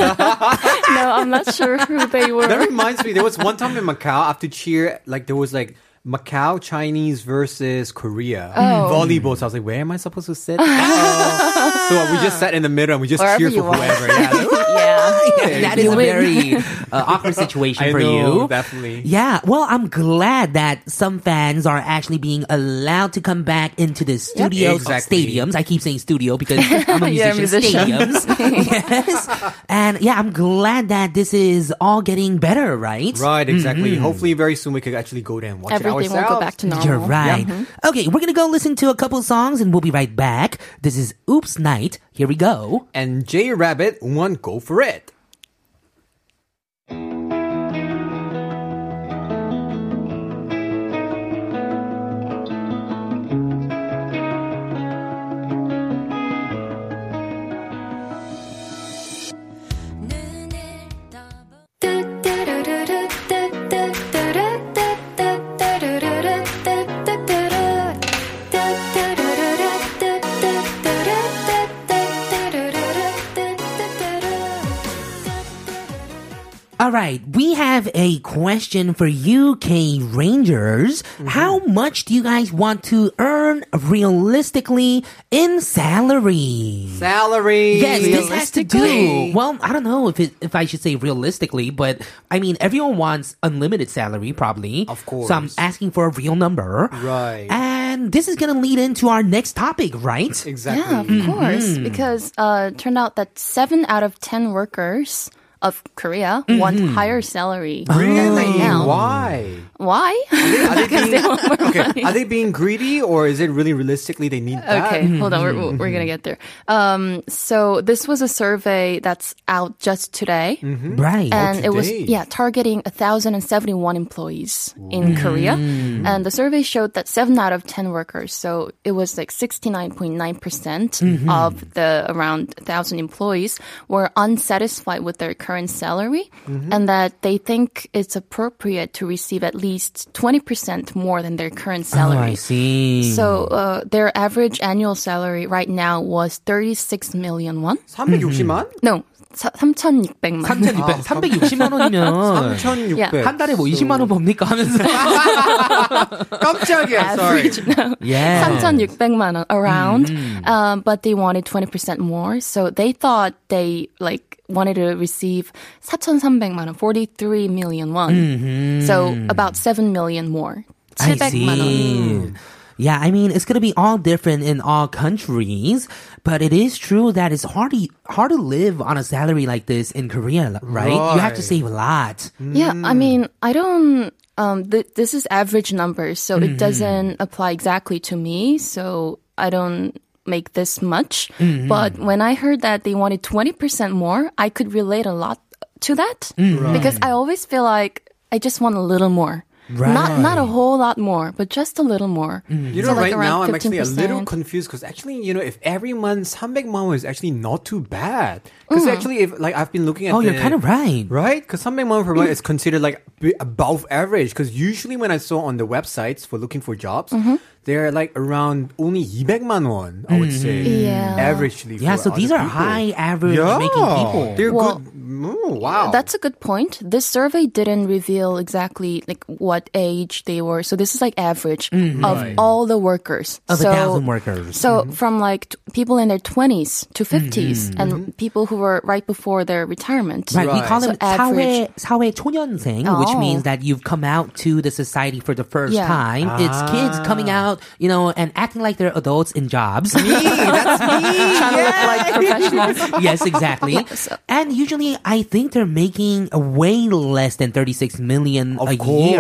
[SPEAKER 4] No, I'm not sure who they were.
[SPEAKER 2] That reminds me, there was one time in Macau after cheer, like there was like Macau Chinese versus Korea
[SPEAKER 4] Oh.
[SPEAKER 2] volleyball. So I was like, where am I supposed to sit? Oh. so we just sat in the middle and we just
[SPEAKER 4] Wherever
[SPEAKER 2] cheer
[SPEAKER 4] you
[SPEAKER 2] for
[SPEAKER 4] are.
[SPEAKER 2] whoever. Yeah, like,
[SPEAKER 4] yeah.
[SPEAKER 1] Yeah, that is
[SPEAKER 4] You
[SPEAKER 1] a
[SPEAKER 4] win.
[SPEAKER 1] very uh, awkward situation
[SPEAKER 2] I
[SPEAKER 1] for
[SPEAKER 2] know,
[SPEAKER 1] you.
[SPEAKER 2] definitely.
[SPEAKER 1] Yeah, well, I'm glad that some fans are actually being allowed to come back into the studios,
[SPEAKER 2] Exactly.
[SPEAKER 1] stadiums. I keep saying studio because I'm a
[SPEAKER 4] You're a
[SPEAKER 1] musician.
[SPEAKER 4] musician.
[SPEAKER 1] Stadiums, yes. And yeah, I'm glad that this is all getting better, right?
[SPEAKER 2] Right, exactly. Hopefully, very soon we could actually go there and watch it
[SPEAKER 4] Everything will
[SPEAKER 2] ourselves.
[SPEAKER 4] go back to normal.
[SPEAKER 1] You're right. Okay, we're gonna go listen to a couple songs and we'll be right back. This is Oops Night. Here we go.
[SPEAKER 2] and J Rabbit one go for it.
[SPEAKER 1] All right, we have a question for UK Rangers. How much do you guys want to earn realistically in salary?
[SPEAKER 2] Salary.
[SPEAKER 1] Yes, this has to do.
[SPEAKER 4] Realistically.
[SPEAKER 1] Well, I don't know if it, if I should say realistically, but I mean everyone wants unlimited salary, probably.
[SPEAKER 2] Of
[SPEAKER 1] So I'm
[SPEAKER 2] course.
[SPEAKER 1] asking for a real number.
[SPEAKER 2] Right.
[SPEAKER 1] And this is gonna lead into our next topic, right?
[SPEAKER 2] Exactly.
[SPEAKER 4] Yeah, of course.
[SPEAKER 2] Mm-hmm.
[SPEAKER 4] Because uh, it turned out that seven out of ten workers of Korea want higher salary. than
[SPEAKER 2] Mm-hmm. Oh. Really?
[SPEAKER 4] Right now.
[SPEAKER 2] Why?
[SPEAKER 4] Why?
[SPEAKER 2] Are they, being, okay. Are they being greedy or is it really realistically they need that?
[SPEAKER 4] Okay, hold on. We're, we're
[SPEAKER 2] Mm-hmm.
[SPEAKER 4] gonna get there. Um, so this was a survey that's out just today,
[SPEAKER 1] Right.
[SPEAKER 4] and it was
[SPEAKER 2] today.
[SPEAKER 4] yeah targeting 1,071 employees in Korea,
[SPEAKER 1] Mm.
[SPEAKER 4] and the survey showed that seven out of ten workers, so it was like 69.9 percent
[SPEAKER 1] Mm-hmm.
[SPEAKER 4] of the around 1,000 employees were unsatisfied with their current salary,
[SPEAKER 1] Mm-hmm.
[SPEAKER 4] and that they think it's appropriate to receive at least 20 percent more than their current
[SPEAKER 1] oh,
[SPEAKER 4] salary.
[SPEAKER 1] I see.
[SPEAKER 4] So uh, their average annual salary right now was 36 million won.
[SPEAKER 2] 360만?
[SPEAKER 4] No, 3,600만.
[SPEAKER 1] 3,600, 360만 원이면
[SPEAKER 2] 3,600.
[SPEAKER 1] 한 달에 뭐 20만 원 법니까 하면서
[SPEAKER 2] 깜짝이야. Sorry.
[SPEAKER 4] average. No.
[SPEAKER 1] Yeah. Mm-hmm.
[SPEAKER 4] 3,600만 won around. Um, but they wanted 20% more. So they thought they like wanted to receive 4,300만 won, 43 million won. So about 7 million more.
[SPEAKER 1] Mm-hmm. I
[SPEAKER 4] 700만 won.
[SPEAKER 1] see. Yeah, I mean it's gonna be all different in all countries, but it is true that it's hard to, hard to live on a salary like this in Korea, right? You have to
[SPEAKER 2] Right.
[SPEAKER 1] save a lot.
[SPEAKER 4] Yeah, I mean, I don't. Um, th- this is average numbers, so it doesn't apply exactly to me. So I don't make this much. But when I heard that they wanted twenty percent more, I could relate a lot to that because I always feel like I just want a little more. Not not a whole lot more, but just a little more.
[SPEAKER 2] You know,
[SPEAKER 4] So, like,
[SPEAKER 2] right now
[SPEAKER 4] around
[SPEAKER 2] I'm actually a little
[SPEAKER 4] 15%.
[SPEAKER 2] confused because actually, you know, if every month 300 won is actually not too bad.
[SPEAKER 4] Mm.
[SPEAKER 2] Because actually, if like I've been looking at
[SPEAKER 1] Oh, you're
[SPEAKER 2] the-
[SPEAKER 1] kind of right.
[SPEAKER 2] Right? Because 300 won per
[SPEAKER 4] Mm.
[SPEAKER 2] month is considered like b- above average. Because usually when I saw on the websites for looking for jobs,
[SPEAKER 4] Mm-hmm.
[SPEAKER 2] they're like around only 200 won, I would say.
[SPEAKER 4] Yeah.
[SPEAKER 2] Averagely.
[SPEAKER 1] Mm-hmm. Yeah, so
[SPEAKER 2] for
[SPEAKER 1] these
[SPEAKER 2] other
[SPEAKER 1] are
[SPEAKER 2] people.
[SPEAKER 1] high average
[SPEAKER 2] yeah.
[SPEAKER 1] making people.
[SPEAKER 2] They're
[SPEAKER 4] Well,
[SPEAKER 2] good. Mm,
[SPEAKER 1] Oh.
[SPEAKER 2] wow.
[SPEAKER 4] That's a good point. This survey didn't reveal exactly like what age they were. So this is like average of all the workers.
[SPEAKER 1] Mm-hmm. Of a
[SPEAKER 4] so,
[SPEAKER 1] thousand workers. Mm-hmm.
[SPEAKER 4] So from like t- people in their 20s to 50s and people who were right before their retirement.
[SPEAKER 1] Right, we call
[SPEAKER 4] So
[SPEAKER 1] them 사회,
[SPEAKER 4] average.
[SPEAKER 1] 사회 초년생, which
[SPEAKER 4] Oh.
[SPEAKER 1] means that you've come out to the society for the first
[SPEAKER 4] Yeah.
[SPEAKER 1] time.
[SPEAKER 2] Ah.
[SPEAKER 1] It's kids coming out, you know, and acting like they're adults in jobs.
[SPEAKER 4] Trying to look like professionals.
[SPEAKER 1] yes, exactly. And usually, I think they're making way less than 36 million
[SPEAKER 2] Of
[SPEAKER 1] a
[SPEAKER 2] course,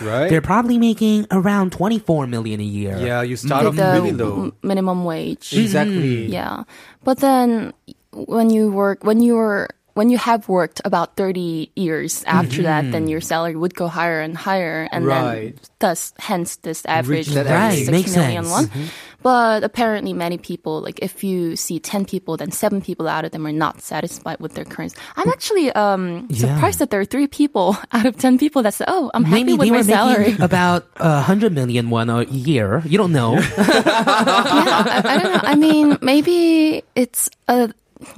[SPEAKER 1] year.
[SPEAKER 2] right?
[SPEAKER 1] They're probably making around 24 million a year.
[SPEAKER 2] yeah, you start off
[SPEAKER 4] the
[SPEAKER 2] really low.
[SPEAKER 4] m- minimum wage.
[SPEAKER 1] Mm-hmm.
[SPEAKER 2] Exactly.
[SPEAKER 4] Yeah. But then when you work, when you were, when you have worked about 30 years after that, then
[SPEAKER 1] Mm-hmm.
[SPEAKER 4] your salary would go higher and higher. And
[SPEAKER 2] Right.
[SPEAKER 4] then thus, hence this average
[SPEAKER 2] that
[SPEAKER 4] of
[SPEAKER 2] average.
[SPEAKER 4] 36
[SPEAKER 1] Right, makes
[SPEAKER 4] million
[SPEAKER 1] sense. Mm-hmm.
[SPEAKER 4] won. But apparently many people, like if you see 10 people, then seven people out of them are not satisfied with their current. I'm actually
[SPEAKER 1] Mm.
[SPEAKER 4] um,
[SPEAKER 1] Yeah.
[SPEAKER 4] surprised that there are three people out of 10 people that say, oh, I'm happy
[SPEAKER 1] Maybe they
[SPEAKER 4] with my
[SPEAKER 1] were
[SPEAKER 4] salary.
[SPEAKER 1] making about uh, 100 million one a year. You don't know.
[SPEAKER 4] I, I don't know. I mean, maybe it's a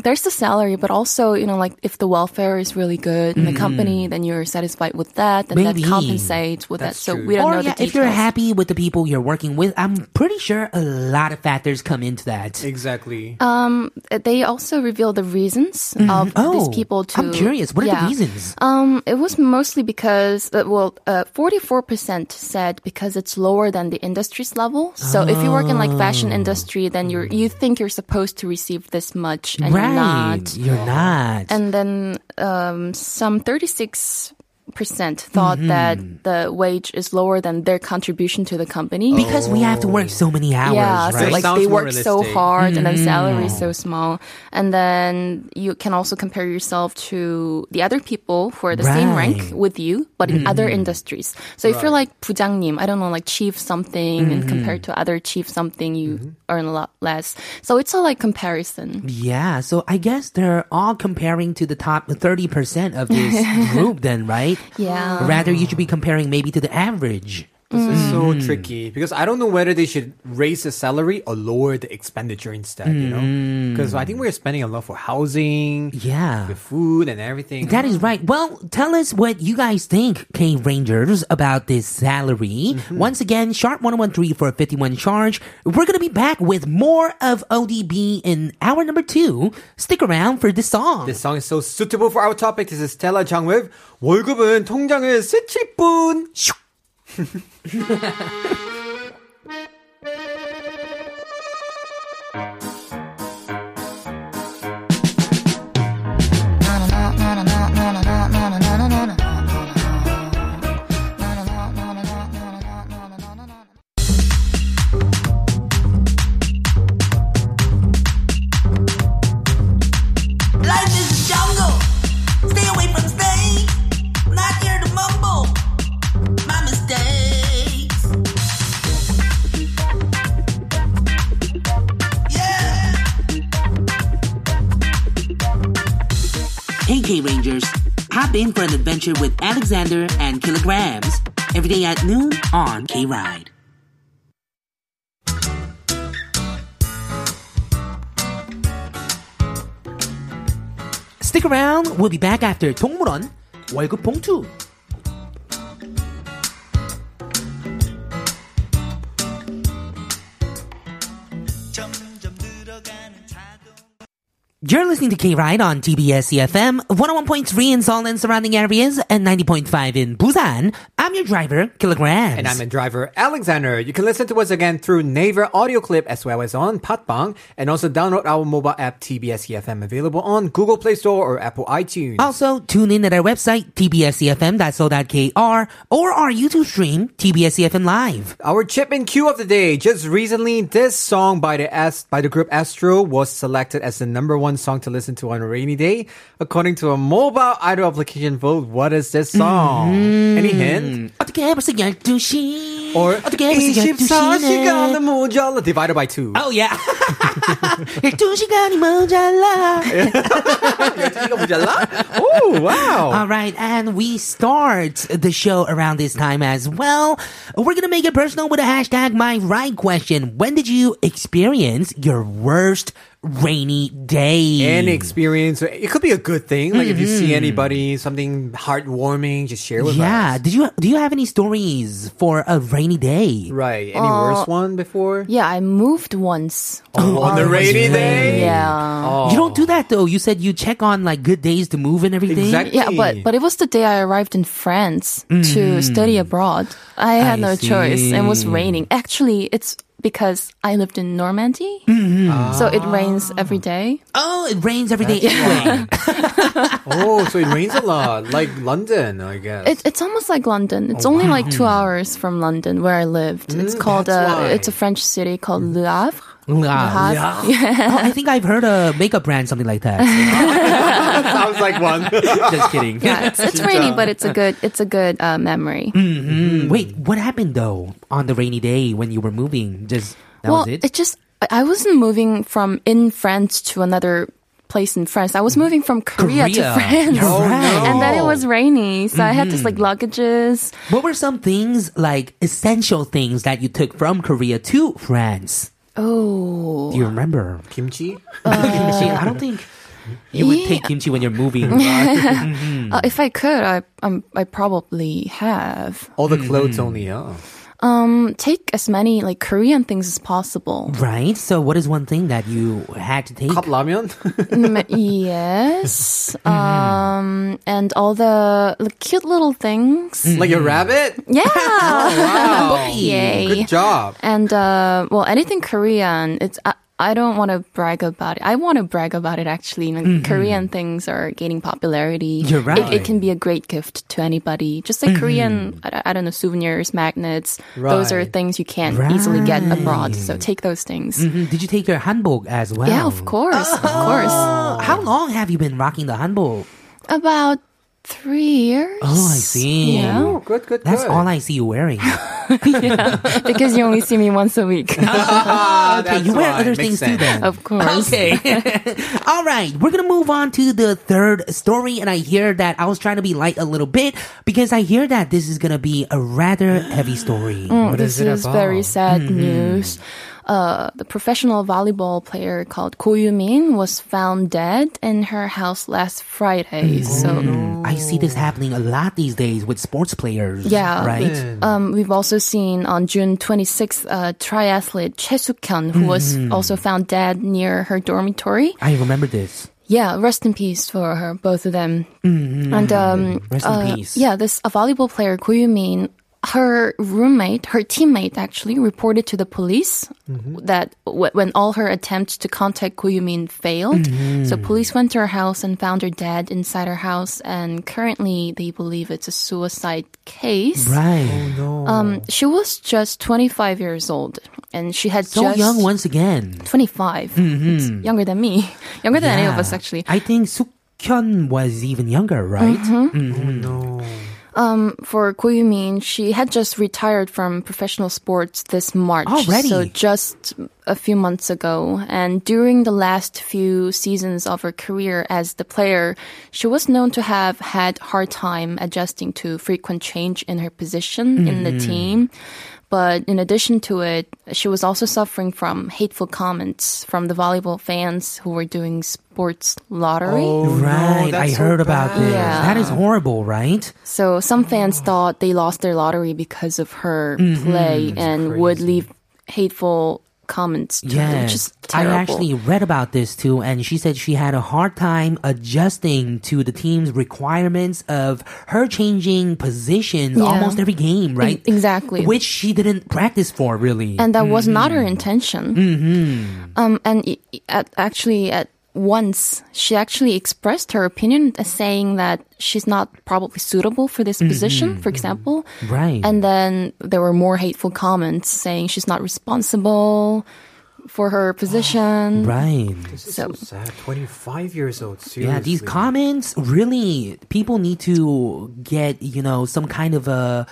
[SPEAKER 4] there's the salary, but also you know, like if the welfare is really good in the company, then you're satisfied with that, then
[SPEAKER 1] Mm-hmm. Maybe.
[SPEAKER 4] that compensates with
[SPEAKER 2] That's
[SPEAKER 4] that. So
[SPEAKER 2] true.
[SPEAKER 4] we don't
[SPEAKER 1] or
[SPEAKER 4] know
[SPEAKER 1] yeah,
[SPEAKER 4] the details.
[SPEAKER 1] if you're happy with the people you're working with, I'm pretty sure a lot of factors come into that.
[SPEAKER 2] Exactly.
[SPEAKER 4] They also reveal the reasons of these people to.
[SPEAKER 1] Mm-hmm. Oh, I'm curious. What are
[SPEAKER 4] Yeah.
[SPEAKER 1] the reasons?
[SPEAKER 4] Um, it was mostly because, uh, well, uh, 44% said because it's lower than the industry's level. So if you work in like fashion
[SPEAKER 1] Oh.
[SPEAKER 4] industry, then you're, you think you're supposed to receive this much and
[SPEAKER 1] right,
[SPEAKER 4] you're not.
[SPEAKER 1] you're not.
[SPEAKER 4] And then um, some 36% thought
[SPEAKER 1] Mm-hmm.
[SPEAKER 4] that the wage is lower than their contribution to the company.
[SPEAKER 1] because we have to work so many Oh, hours,
[SPEAKER 4] yeah,
[SPEAKER 1] right? Mm-hmm.
[SPEAKER 4] so like
[SPEAKER 2] Sounds
[SPEAKER 4] they
[SPEAKER 2] more
[SPEAKER 4] work so
[SPEAKER 2] realistic.
[SPEAKER 4] hard and then salary is so small. And then you can also compare yourself to the other people who are the same rank
[SPEAKER 1] Right. Mm-hmm.
[SPEAKER 4] with you, but in other industries. So if you're like 부장님, I don't know, like chief something, and
[SPEAKER 1] Mm-hmm.
[SPEAKER 4] compared to other chief something, you earn a lot less. So it's a like comparison.
[SPEAKER 1] yeah, so I guess they're all comparing to the top 30% of this group then, Mm-hmm. right?
[SPEAKER 4] Yeah.
[SPEAKER 1] Rather, you should be comparing maybe to the average.
[SPEAKER 2] This is so
[SPEAKER 4] Um,
[SPEAKER 2] tricky because I don't know whether they should raise the salary or lower the expenditure instead, you know?
[SPEAKER 4] Mm.
[SPEAKER 2] Because I think we're spending a lot for housing,
[SPEAKER 1] Yeah.
[SPEAKER 2] the food and everything.
[SPEAKER 1] That is right. Well, tell us what you guys think, Cave Rangers, about this salary. Once again, sharp 113 for a 51 charge. We're going to be back with more of ODB in hour number two. Stick around for this song.
[SPEAKER 2] This song is so suitable for our topic. This is Stella Chang with 월급은 통장을 스칠 뿐.
[SPEAKER 5] Life is a jungle. Stay away from snakes. Not here to mumble. My mistakes. Yeah.
[SPEAKER 1] Hey, K Rangers. Hop in for an adventure with Alexander and Kilograms every day at noon on K Ride. Stick around. We'll be back after 동물원 월급 봉투. You're listening to K Ride on TBS EFM, 101.3 in Seoul and surrounding areas, and 90.5 in Busan. I'm your driver, Kilograms.
[SPEAKER 2] And I'm a driver, Alexander. You can listen to us again through Naver audio clip as well as on Patbang and also download our mobile app TBS EFM E available on Google Play Store or Apple iTunes.
[SPEAKER 1] Also, tune in at our website, tbscfm.so.kr, or our YouTube stream, tbscfm live.
[SPEAKER 2] Our chip and cue of the day. Just recently, this song by the S by the group Astro was selected as the number one fun song to listen to on a rainy day. According to a mobile idol application vote, what is this song? Any hint?
[SPEAKER 1] 어떻게 벌써 12시?
[SPEAKER 2] Or
[SPEAKER 1] 어떻게 벌써 12시네?
[SPEAKER 2] 시간은 모자라 divided by two.
[SPEAKER 1] Oh yeah. 12시간이 모자라.
[SPEAKER 2] Oh, wow.
[SPEAKER 1] All right, and we start the show around this time as well. We're gonna make it personal with a hashtag my right question. When did you experience your worst rainy day?
[SPEAKER 2] any experience. It could be a good thing. Like if you see
[SPEAKER 1] Mm-hmm.
[SPEAKER 2] anybody, something heartwarming, just share with
[SPEAKER 1] yeah,
[SPEAKER 2] us.
[SPEAKER 1] did you do you have any stories for a rainy day?
[SPEAKER 2] Right. Any worse one before?
[SPEAKER 4] Yeah, I moved once.
[SPEAKER 2] Oh, on the rainy day.
[SPEAKER 4] Yeah.
[SPEAKER 1] You don't do that though. You said you check on like good days to move and everything.
[SPEAKER 2] Exactly.
[SPEAKER 4] Yeah, but but it was the day I arrived in France to study abroad. I had
[SPEAKER 1] I
[SPEAKER 4] no choice. It was
[SPEAKER 1] see.
[SPEAKER 4] raining. Actually, it's because I lived in Normandy, so it rains every day.
[SPEAKER 1] Oh, it rains every day anyway.
[SPEAKER 2] oh, so it rains a lot, like London, I guess.
[SPEAKER 4] It, it's almost like London. It's only like two hours from London, where I lived. it's called
[SPEAKER 2] that's
[SPEAKER 4] a,
[SPEAKER 2] why.
[SPEAKER 4] it's a French city called Le Havre. Le
[SPEAKER 1] Ah,
[SPEAKER 4] Havre.
[SPEAKER 1] yeah. Oh, I think I've heard a makeup brand something like that.
[SPEAKER 2] sounds like one.
[SPEAKER 1] Just kidding.
[SPEAKER 4] Yeah, it's, it's rainy, but it's a good it's a good uh, memory.
[SPEAKER 1] Mm.
[SPEAKER 2] Mm.
[SPEAKER 1] Wait, what happened though on the rainy day when you were moving? Just that
[SPEAKER 4] well,
[SPEAKER 1] was it?
[SPEAKER 4] just I- I wasn't moving from in France to another place in France. I was moving from Korea,
[SPEAKER 1] Korea.
[SPEAKER 4] to France.
[SPEAKER 1] You're right.
[SPEAKER 4] And then it was rainy, so I had just like
[SPEAKER 1] Mm-hmm.
[SPEAKER 4] luggages.
[SPEAKER 1] What were some things like essential things that you took from Korea to France?
[SPEAKER 4] Oh,
[SPEAKER 1] Do you remember?
[SPEAKER 2] Kimchi.
[SPEAKER 4] Uh,
[SPEAKER 1] kimchi. I don't think you would take kimchi when you're moving.
[SPEAKER 4] uh, if I could, I um, I probably have
[SPEAKER 2] All the clothes
[SPEAKER 1] Mm-hmm.
[SPEAKER 2] only. oh. Yeah.
[SPEAKER 4] um take as many like Korean things as possible.
[SPEAKER 1] right? So what is one thing that you had to take?
[SPEAKER 2] Cup ramen.
[SPEAKER 4] Mm, yes,
[SPEAKER 1] Mm-hmm.
[SPEAKER 4] um, and all the like, cute little
[SPEAKER 1] Mm.
[SPEAKER 4] things.
[SPEAKER 1] Mm-hmm.
[SPEAKER 2] like a rabbit.
[SPEAKER 1] Oh,
[SPEAKER 4] Yeah,
[SPEAKER 2] Wow.
[SPEAKER 4] Yay.
[SPEAKER 2] Good job.
[SPEAKER 4] And uh, well, anything Korean, it's I, I don't want to brag about it. I want to brag about it actually. Like, Korean things are gaining popularity.
[SPEAKER 1] Mm-hmm. You're
[SPEAKER 4] It- It,
[SPEAKER 1] right. Mm-hmm.
[SPEAKER 4] can be a great gift to anybody. Just like Korean, I, I don't know, souvenirs, magnets. Those are
[SPEAKER 2] Right.
[SPEAKER 4] things you can't easily get abroad. So take those things.
[SPEAKER 1] Mhm. Did you take your hanbok as well? Uh,
[SPEAKER 4] Yeah, of course, of course.
[SPEAKER 1] How long have you been rocking the hanbok?
[SPEAKER 4] About three years.
[SPEAKER 1] Oh, I see.
[SPEAKER 4] Yeah,
[SPEAKER 2] Oh, good, good,
[SPEAKER 1] That's
[SPEAKER 2] good.
[SPEAKER 1] all I see you wearing.
[SPEAKER 4] because you only see me once a week.
[SPEAKER 2] Ah,
[SPEAKER 1] okay,
[SPEAKER 2] that's
[SPEAKER 1] you wear
[SPEAKER 2] why.
[SPEAKER 1] other things
[SPEAKER 2] Makes
[SPEAKER 1] too
[SPEAKER 2] sense.
[SPEAKER 1] then.
[SPEAKER 4] of course.
[SPEAKER 1] Okay. All right. We're going to move on to the third story. And I hear that I was trying to be light a little bit because I hear that this is going to be a rather heavy story.
[SPEAKER 2] What
[SPEAKER 4] Oh, this
[SPEAKER 2] is it
[SPEAKER 4] is
[SPEAKER 2] about?
[SPEAKER 4] very
[SPEAKER 2] Mm-hmm.
[SPEAKER 4] sad news. Uh, the professional volleyball player called Ko Yumin was found dead in her house last Friday.
[SPEAKER 2] Mm-hmm. Oh,
[SPEAKER 4] So
[SPEAKER 1] I see this happening a lot these days with sports players.
[SPEAKER 4] Yeah.
[SPEAKER 1] Right?
[SPEAKER 4] um, we've also seen on June 26th uh, triathlete Choi Suk-hyun, who was
[SPEAKER 2] Mm-hmm.
[SPEAKER 4] also found dead near her dormitory.
[SPEAKER 1] I remember this.
[SPEAKER 4] Yeah, rest in peace for her, both of them. And um,
[SPEAKER 1] Mm-hmm. Rest in
[SPEAKER 4] uh,
[SPEAKER 1] peace.
[SPEAKER 4] Yeah, this a volleyball player, Ko Yumin, her roommate, her teammate actually reported to the police
[SPEAKER 1] Mm-hmm.
[SPEAKER 4] that w- when all her attempts to contact Ko Yumin failed,
[SPEAKER 1] Mm-hmm.
[SPEAKER 4] so police went to her house and found her dead inside her house. And currently, they believe it's a suicide case.
[SPEAKER 1] Right.
[SPEAKER 4] Um, she was just 25 years old, and she had
[SPEAKER 1] So
[SPEAKER 4] just
[SPEAKER 1] young once again.
[SPEAKER 4] 25. It's younger than me, younger than any of
[SPEAKER 1] Yeah.
[SPEAKER 4] us actually.
[SPEAKER 1] I think Sukyun was even younger, right?
[SPEAKER 4] Mm-hmm. for Ko Yumin, she had just retired from professional sports this March.
[SPEAKER 1] Already?
[SPEAKER 4] So just a few months ago. And during the last few seasons of her career as the player, she was known to have had hard time adjusting to frequent change in her position in the team. But in addition to it, she was also suffering from hateful comments from the volleyball fans who were doing sports lottery.
[SPEAKER 1] Right. I
[SPEAKER 2] Oh, that's so
[SPEAKER 1] heard about this.
[SPEAKER 4] Yeah.
[SPEAKER 1] That is horrible, right?
[SPEAKER 4] So some fans thought they lost their lottery because of her
[SPEAKER 1] Mm-hmm.
[SPEAKER 4] play and would leave hateful comments to them, which is terrible.
[SPEAKER 1] I actually read about this too, and she said she had a hard time adjusting to the team's requirements of her changing positions
[SPEAKER 4] Yeah.
[SPEAKER 1] almost every game, right?
[SPEAKER 4] E- exactly.
[SPEAKER 1] Which she didn't practice for, really.
[SPEAKER 4] and that was not her intention. Mm-hmm. Um, and i- i- at, actually, at once she actually expressed her opinion as saying that she's not probably suitable for this position, for example.
[SPEAKER 1] Mm-hmm. right.
[SPEAKER 4] And then there were more hateful comments saying she's not responsible. for her position.
[SPEAKER 1] Right.
[SPEAKER 4] So
[SPEAKER 2] sad. 25 years old. Seriously.
[SPEAKER 1] Yeah, these comments really people need to get, you know, some kind of a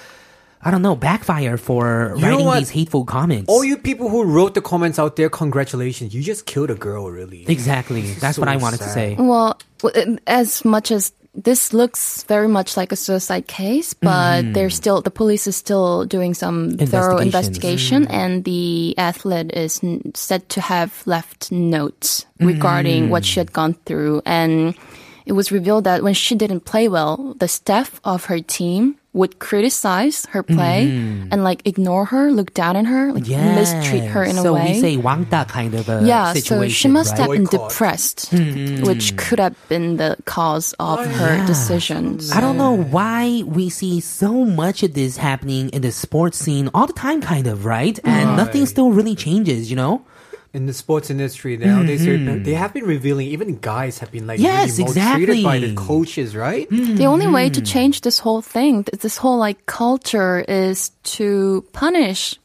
[SPEAKER 1] I don't know, backfire for
[SPEAKER 2] know
[SPEAKER 1] writing
[SPEAKER 2] what?
[SPEAKER 1] these hateful comments.
[SPEAKER 2] All you people who wrote the comments out there, congratulations. You just killed a girl, really.
[SPEAKER 1] exactly. That's what
[SPEAKER 2] so
[SPEAKER 1] I wanted to
[SPEAKER 2] sad.
[SPEAKER 1] say.
[SPEAKER 4] Well, w- um, as much as this looks very much like a suicide case, but they're still the police is still doing some thorough
[SPEAKER 1] Investigations.
[SPEAKER 4] investigation, and the athlete is n- said to have left notes regarding what she had gone through, and it was revealed that when she didn't play well, the staff of her team would criticize her play and like ignore her, look down on her, like
[SPEAKER 1] Yeah.
[SPEAKER 4] mistreat her in
[SPEAKER 1] so
[SPEAKER 4] a way
[SPEAKER 1] we say wangta kind of a uh,
[SPEAKER 4] yeah,
[SPEAKER 1] situation.
[SPEAKER 4] so she must
[SPEAKER 1] right? Hmm.
[SPEAKER 4] have been
[SPEAKER 2] Boycott.
[SPEAKER 4] depressed, which could have been the cause of her decision.
[SPEAKER 1] Oh, I don't know why we see so much of this happening in the sports scene all the time, kind of, right? And nothing still really changes, you know?
[SPEAKER 2] In the sports industry nowadays, they're-
[SPEAKER 4] Mm-hmm.
[SPEAKER 2] they have been revealing, even guys have been like
[SPEAKER 1] Yes,
[SPEAKER 2] really maltreated by
[SPEAKER 1] exactly.
[SPEAKER 2] the coaches, right?
[SPEAKER 4] The only way to
[SPEAKER 1] Hmm.
[SPEAKER 4] change this whole thing, th- this whole like culture, is to punish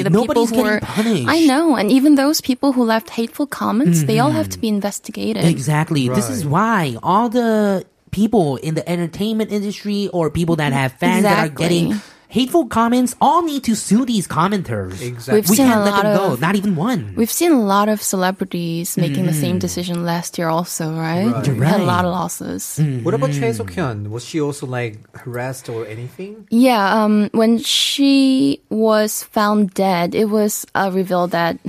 [SPEAKER 1] Exactly.
[SPEAKER 4] the
[SPEAKER 1] Nobody's
[SPEAKER 4] people who
[SPEAKER 1] getting
[SPEAKER 4] are.
[SPEAKER 1] punished.
[SPEAKER 4] I know, and even those people who left hateful comments, they all have to be investigated.
[SPEAKER 1] Hmm. Exactly. This is why all the people in the entertainment industry or people that have fans that are
[SPEAKER 4] Exactly.
[SPEAKER 1] getting hateful comments all need to sue these commenters.
[SPEAKER 2] Exactly.
[SPEAKER 4] We've
[SPEAKER 1] We
[SPEAKER 4] seen
[SPEAKER 1] can't
[SPEAKER 4] a
[SPEAKER 1] let them
[SPEAKER 4] lot
[SPEAKER 1] go.
[SPEAKER 4] of-
[SPEAKER 1] Not even one.
[SPEAKER 4] We've seen a lot of celebrities making the same decision last year, also, right?
[SPEAKER 2] Right. You're
[SPEAKER 4] We
[SPEAKER 1] Hmm. right.
[SPEAKER 4] had a
[SPEAKER 1] Hmm.
[SPEAKER 4] lot of losses.
[SPEAKER 2] What about Choi Soo-kyun? Was she also like harassed or anything?
[SPEAKER 4] Yeah, um, when she was found dead, it was uh, revealed that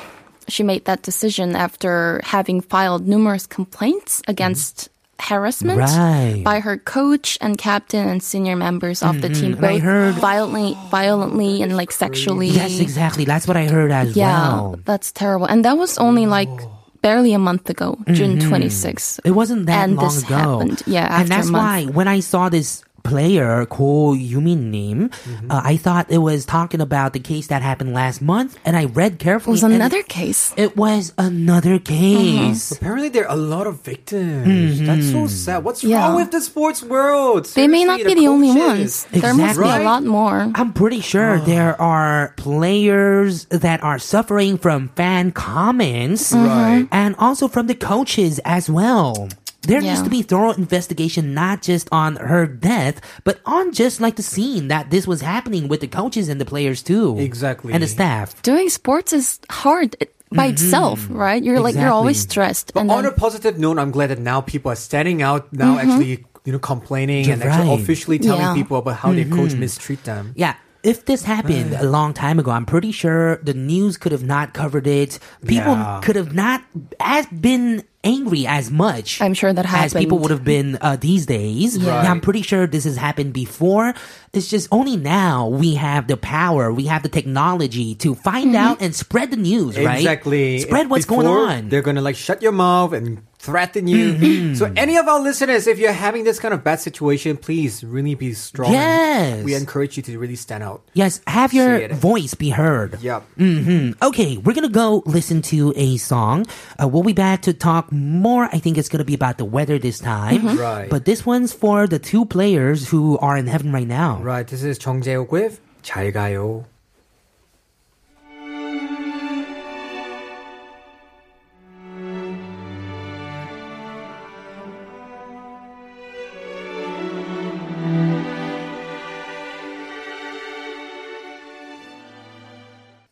[SPEAKER 4] she made that decision after having filed numerous complaints against harassment
[SPEAKER 1] Mm-hmm. Right.
[SPEAKER 4] by her coach and captain and senior members of the team,
[SPEAKER 1] Mm-hmm. and I
[SPEAKER 4] both
[SPEAKER 1] heard-
[SPEAKER 4] violently, violently and like sexually.
[SPEAKER 1] Yes, exactly. That's what I heard as
[SPEAKER 4] Yeah,
[SPEAKER 1] well.
[SPEAKER 4] that's terrible. And that was only like barely a month ago, June 26th.
[SPEAKER 1] Mm-hmm. It wasn't that
[SPEAKER 4] And
[SPEAKER 1] long
[SPEAKER 4] this
[SPEAKER 1] ago.
[SPEAKER 4] happened, yeah,
[SPEAKER 1] and
[SPEAKER 4] after a
[SPEAKER 1] that's
[SPEAKER 4] month.
[SPEAKER 1] why when I saw this player Ko Yumin Nim, uh, I thought it was talking about the case that happened last month, and I read
[SPEAKER 4] It
[SPEAKER 1] carefully.
[SPEAKER 4] was
[SPEAKER 1] and
[SPEAKER 4] another case.
[SPEAKER 1] It was another case.
[SPEAKER 2] Apparently, there are a lot of victims. That's so sad. What's
[SPEAKER 4] Mm-hmm. Yeah.
[SPEAKER 2] wrong with the sports world?
[SPEAKER 4] They may not
[SPEAKER 2] Seriously,
[SPEAKER 4] be the only
[SPEAKER 2] coaches.
[SPEAKER 4] ones. There must be
[SPEAKER 2] Exactly.
[SPEAKER 4] a lot more.
[SPEAKER 1] I'm pretty sure there are players that are suffering from fan comments
[SPEAKER 2] Right.
[SPEAKER 1] and also from the coaches as well. There needs to
[SPEAKER 4] Yeah.
[SPEAKER 1] be thorough investigation, not just on her death, but on just like the scene that this was happening with the coaches and the players too.
[SPEAKER 2] Exactly.
[SPEAKER 1] And the staff.
[SPEAKER 4] doing sports is hard it- by itself, right? You're like you're always stressed,
[SPEAKER 2] Mm-hmm. But
[SPEAKER 4] and
[SPEAKER 2] on
[SPEAKER 4] then,
[SPEAKER 2] a
[SPEAKER 4] Mm-hmm.
[SPEAKER 2] positive note, I'm glad that now people are standing out now, actually, you know, complaining and
[SPEAKER 1] You're
[SPEAKER 2] actually
[SPEAKER 1] right.
[SPEAKER 2] officially telling
[SPEAKER 4] Yeah. Mm-hmm.
[SPEAKER 2] people about how their coach mistreat them.
[SPEAKER 1] Yeah. If this happened a long time ago, I'm pretty sure the news could have not covered it. People
[SPEAKER 2] Yeah.
[SPEAKER 1] could have not as been angry as much.
[SPEAKER 4] I'm sure that
[SPEAKER 1] as people
[SPEAKER 4] happened.
[SPEAKER 1] would have been uh, these days.
[SPEAKER 4] Yeah.
[SPEAKER 1] Yeah, I'm pretty sure this has happened before. It's just only now we have the power, we have the technology to find
[SPEAKER 4] Mm-hmm.
[SPEAKER 1] out and spread the news. Right?
[SPEAKER 2] Exactly.
[SPEAKER 1] Spread what's
[SPEAKER 2] Before,
[SPEAKER 1] going on. Mm-hmm.
[SPEAKER 2] They're gonna like shut your mouth and threaten you. So any of our listeners, if you're having this kind of bad situation, please really be strong.
[SPEAKER 1] Yes.
[SPEAKER 2] We encourage you to really stand out.
[SPEAKER 1] Yes, have your
[SPEAKER 2] Shit.
[SPEAKER 1] voice be heard.
[SPEAKER 2] Yep.
[SPEAKER 1] Okay, we're gonna go listen to a song. Uh, we'll be back to talk more. I think it's gonna be about the weather this time.
[SPEAKER 2] Right.
[SPEAKER 1] But this one's for the two players who are in heaven right now.
[SPEAKER 2] Right. This is Chong Jae-wook with 잘 가요.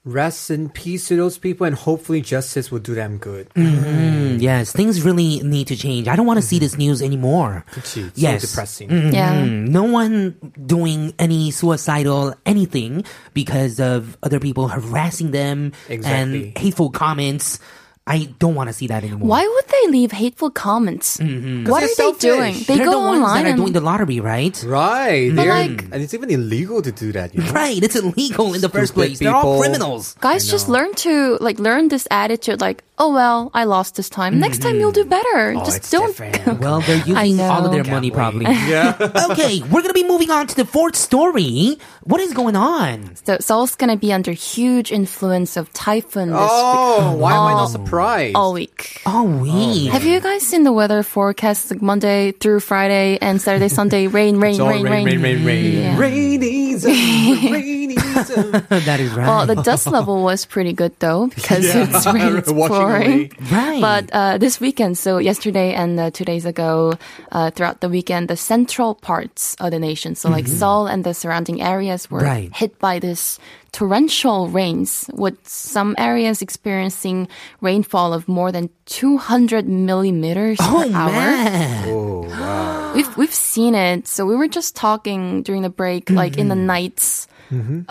[SPEAKER 2] Rest in peace to those people, and hopefully justice will do them good.
[SPEAKER 1] Mm, yes, things really need to change. I don't want to see this news anymore.
[SPEAKER 2] Gee, it's
[SPEAKER 1] Yes.
[SPEAKER 2] Mm-hmm. so depressing. Mm-hmm.
[SPEAKER 4] yeah,
[SPEAKER 1] Mm, No one doing any suicidal anything because of other people harassing them
[SPEAKER 2] Exactly.
[SPEAKER 1] and hateful comments. I don't want to see that anymore.
[SPEAKER 4] why would they leave hateful comments? What are
[SPEAKER 2] Mm-hmm. they're
[SPEAKER 4] they
[SPEAKER 2] selfish.
[SPEAKER 4] doing? They
[SPEAKER 1] They're
[SPEAKER 4] go
[SPEAKER 1] the ones
[SPEAKER 4] online
[SPEAKER 1] that are
[SPEAKER 4] and
[SPEAKER 1] doing the lottery, right?
[SPEAKER 2] Right.
[SPEAKER 4] But
[SPEAKER 2] they're-
[SPEAKER 4] like-
[SPEAKER 2] and it's even illegal to do that. You know?
[SPEAKER 1] Right, it's illegal in the first
[SPEAKER 2] Stupid
[SPEAKER 1] place. They're all
[SPEAKER 2] people.
[SPEAKER 1] criminals.
[SPEAKER 4] guys just learn to like learn this attitude, like oh well, I lost this time. Next time you'll do better.
[SPEAKER 2] Oh,
[SPEAKER 4] just
[SPEAKER 2] it's
[SPEAKER 4] don't.
[SPEAKER 2] different.
[SPEAKER 1] Well, they're
[SPEAKER 4] I
[SPEAKER 1] using all of
[SPEAKER 4] know.
[SPEAKER 1] their
[SPEAKER 4] Can't
[SPEAKER 1] money
[SPEAKER 2] wait.
[SPEAKER 1] probably.
[SPEAKER 2] Yeah.
[SPEAKER 1] okay, we're gonna be moving on to the fourth story. What is going on?
[SPEAKER 4] So Seoul's gonna be under huge influence of typhoon this
[SPEAKER 2] Oh, why am I
[SPEAKER 4] Oh.
[SPEAKER 2] not surprised?
[SPEAKER 4] week, all week.
[SPEAKER 1] Oh, we
[SPEAKER 4] Have you guys seen the weather forecast like Monday through Friday and Saturday, Sunday? Rain, rain,
[SPEAKER 2] It's all
[SPEAKER 4] rain, rain,
[SPEAKER 2] rain, rain, rain, rain.
[SPEAKER 4] Yeah.
[SPEAKER 2] Rainy, rainy. awesome.
[SPEAKER 1] that is right.
[SPEAKER 4] Well, the dust level was pretty good though because it's rain it's
[SPEAKER 2] Washing away.
[SPEAKER 4] pouring.
[SPEAKER 1] Right.
[SPEAKER 4] But uh, this weekend, so yesterday and uh, two days ago, uh, throughout the weekend, the central parts of the nation, so like Seoul and the surrounding areas, were
[SPEAKER 1] Mm-hmm. Right.
[SPEAKER 4] hit by this torrential rains, with some areas experiencing rainfall of more than 200 millimeters
[SPEAKER 1] oh
[SPEAKER 4] per hour.
[SPEAKER 1] man.
[SPEAKER 4] We've we've seen it. So we were just talking during the break, like in the
[SPEAKER 1] Mm-hmm.
[SPEAKER 4] nights.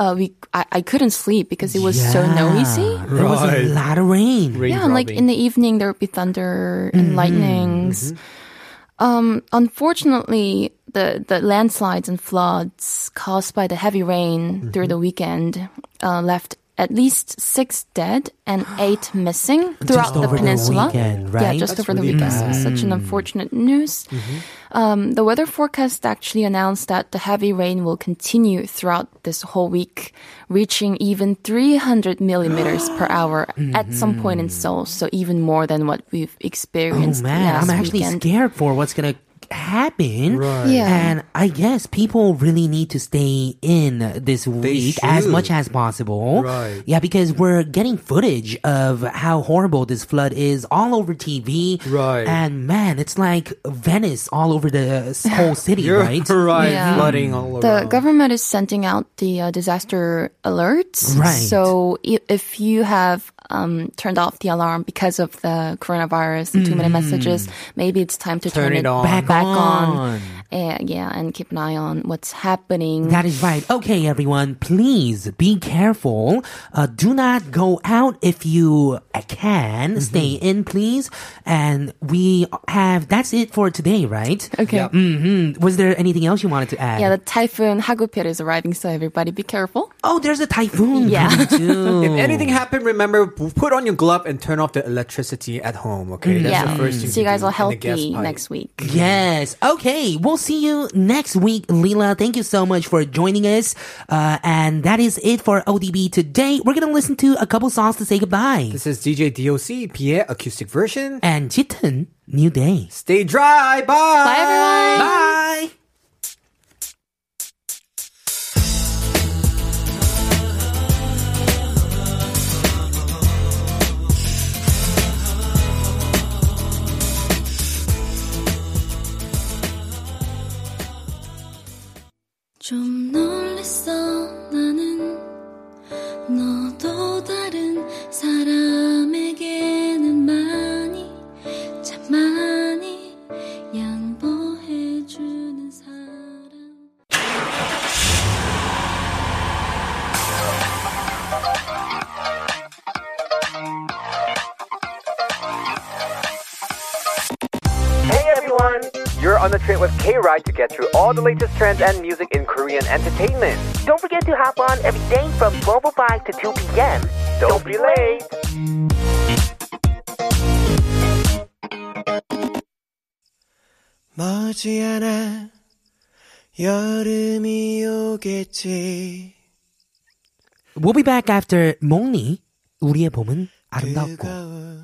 [SPEAKER 4] Uh, we I, I couldn't sleep because it was so noisy.
[SPEAKER 1] There was a lot of rain.
[SPEAKER 4] Yeah, and like in the evening there would be thunder
[SPEAKER 1] Mm-hmm.
[SPEAKER 4] and lightnings. Um, unfortunately, the the landslides and floods caused by the heavy rain
[SPEAKER 1] Mm-hmm.
[SPEAKER 4] through the weekend uh, left at least six dead and eight missing throughout the
[SPEAKER 1] over the
[SPEAKER 4] peninsula.
[SPEAKER 1] weekend,
[SPEAKER 4] Yeah,
[SPEAKER 1] right?
[SPEAKER 4] just over the weekend. So Such
[SPEAKER 1] Mm.
[SPEAKER 4] an unfortunate news.
[SPEAKER 1] Mm-hmm.
[SPEAKER 4] Um, the weather forecast actually announced that the heavy rain will continue throughout this whole week, reaching even 300 millimeters per hour at some point in Seoul. So even more than what we've
[SPEAKER 1] Oh
[SPEAKER 4] experienced
[SPEAKER 1] man,
[SPEAKER 4] last
[SPEAKER 1] I'm actually
[SPEAKER 4] weekend.
[SPEAKER 1] scared for what's gonna happen.
[SPEAKER 4] Yeah.
[SPEAKER 1] And I guess people really need to stay in this week as
[SPEAKER 2] should.
[SPEAKER 1] much as possible.
[SPEAKER 2] Right.
[SPEAKER 1] Yeah, because we're getting footage of how horrible this flood is all over TV.
[SPEAKER 2] Right.
[SPEAKER 1] And man, it's like Venice all over the s- whole city,
[SPEAKER 2] You're
[SPEAKER 1] right?
[SPEAKER 2] right.
[SPEAKER 4] Yeah.
[SPEAKER 2] Flooding all over.
[SPEAKER 4] The government is sending out the uh, disaster alerts.
[SPEAKER 1] Right.
[SPEAKER 4] So i- if you have um, turned off the alarm because of the coronavirus and too many messages, maybe it's time to turn,
[SPEAKER 2] Turn it on.
[SPEAKER 1] Mm-hmm. Back
[SPEAKER 4] back on.
[SPEAKER 1] on.
[SPEAKER 4] And, yeah, and keep an eye on what's happening.
[SPEAKER 1] That is right. Okay, everyone, please be careful. Uh, do not go out if you uh, can.
[SPEAKER 4] Mm-hmm.
[SPEAKER 1] Stay in, please. And we have, that's it for today, right?
[SPEAKER 4] okay.
[SPEAKER 1] hmm Was there anything else you wanted to add?
[SPEAKER 4] Yeah, the typhoon Hagupyeol is arriving, so everybody be careful.
[SPEAKER 1] oh, there's a typhoon.
[SPEAKER 4] Yeah.
[SPEAKER 1] coming too.
[SPEAKER 2] If anything happened, remember put on your glove and turn off the electricity at home. Okay, that's
[SPEAKER 4] yeah.
[SPEAKER 2] the first thing.
[SPEAKER 4] so you guys
[SPEAKER 2] do,
[SPEAKER 4] are
[SPEAKER 2] and the gas
[SPEAKER 4] healthy
[SPEAKER 2] pipe.
[SPEAKER 4] next week.
[SPEAKER 1] Yes. Okay. We'll see you next week, Leela. Thank you so much for joining us. Uh, and that is it for ODB today. We're going to listen to a couple songs to say goodbye.
[SPEAKER 2] This is DJ DOC, Pierre acoustic version.
[SPEAKER 1] And Jitten, new day.
[SPEAKER 2] Stay dry. Bye. Bye,
[SPEAKER 4] everyone.
[SPEAKER 1] Bye.
[SPEAKER 3] 좀 멀리서 나는 너도 다른 사람에게는 많이 참 많이 양보해주는 사람
[SPEAKER 2] Hey everyone! You're on the trip with K Ride to get through all the latest trends and music in Korean entertainment.
[SPEAKER 6] Don't forget to hop on every day from 12 5 to 2 p.m.
[SPEAKER 2] Don't be late!
[SPEAKER 7] 머지않아 여름이 오겠지
[SPEAKER 1] We'll be back after 몽니 우리의 봄은 아름답고
[SPEAKER 7] 뜨거운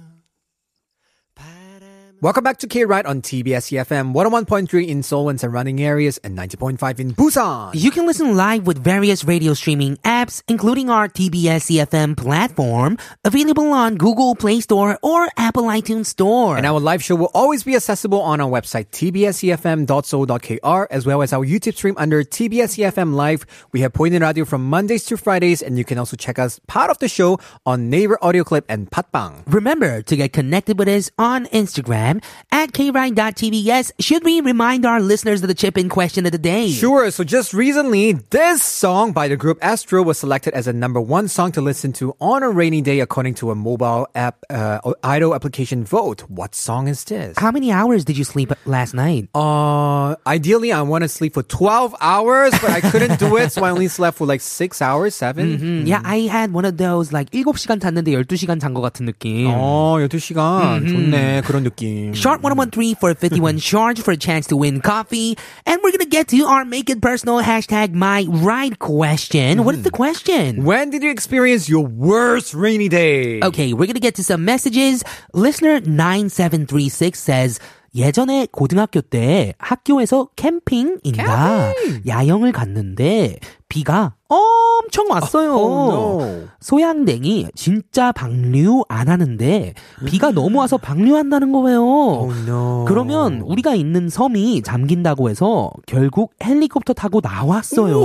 [SPEAKER 7] 바람
[SPEAKER 2] Welcome back to K Ride on TBS EFM 101.3 in Seoul and surrounding areas and 90.5 in Busan.
[SPEAKER 1] You can listen live with various radio streaming apps, including our TBS EFM E platform, available on Google Play Store or Apple iTunes Store.
[SPEAKER 2] And our live show will always be accessible on our website E tbsefm.so.kr as well as our YouTube stream under TBS EFM E Live. We have Pointed Radio from Mondays to Fridays and you can also check us part of the show on Neighbor Audio Clip and Patbang.
[SPEAKER 1] Remember to get connected with us on Instagram at kride.tvs. Should we remind our listeners of the chip in question of the day?
[SPEAKER 2] Sure. So just recently, this song by the group Astro was selected as a number one song to listen to on a rainy day, according to a mobile app uh, idol application vote. What song is this?
[SPEAKER 1] How many hours did you sleep last night?
[SPEAKER 2] Uh, ideally, I want to sleep for twelve hours, but I couldn't do it, so I only slept for like six hours, 7
[SPEAKER 1] Yeah, I had one of those like 7시간 잤는데 12시간 잔 것 같은 느낌.
[SPEAKER 2] 어, Oh, 12시간. 좋네. 그런 느낌.
[SPEAKER 1] Mm-hmm. Sharp 1013 for 51 charge for a chance to win coffee. And we're gonna get to our make it personal hashtag my ride question. What is the question?
[SPEAKER 2] When did you experience your worst rainy day?
[SPEAKER 1] 네. Okay, we're gonna get to some messages. Listener 9736 says, 예전에 고등학교 때 학교에서 캠핑인가 야영을 갔는데 비가 엄청 왔어요.
[SPEAKER 2] Oh, no.
[SPEAKER 1] 소양댕이 진짜 방류 안 하는데 비가 너무 와서 방류한다는 거예요.
[SPEAKER 2] no.
[SPEAKER 1] 그러면 우리가 있는 섬이 잠긴다고 해서 결국 헬리콥터 타고 나왔어요.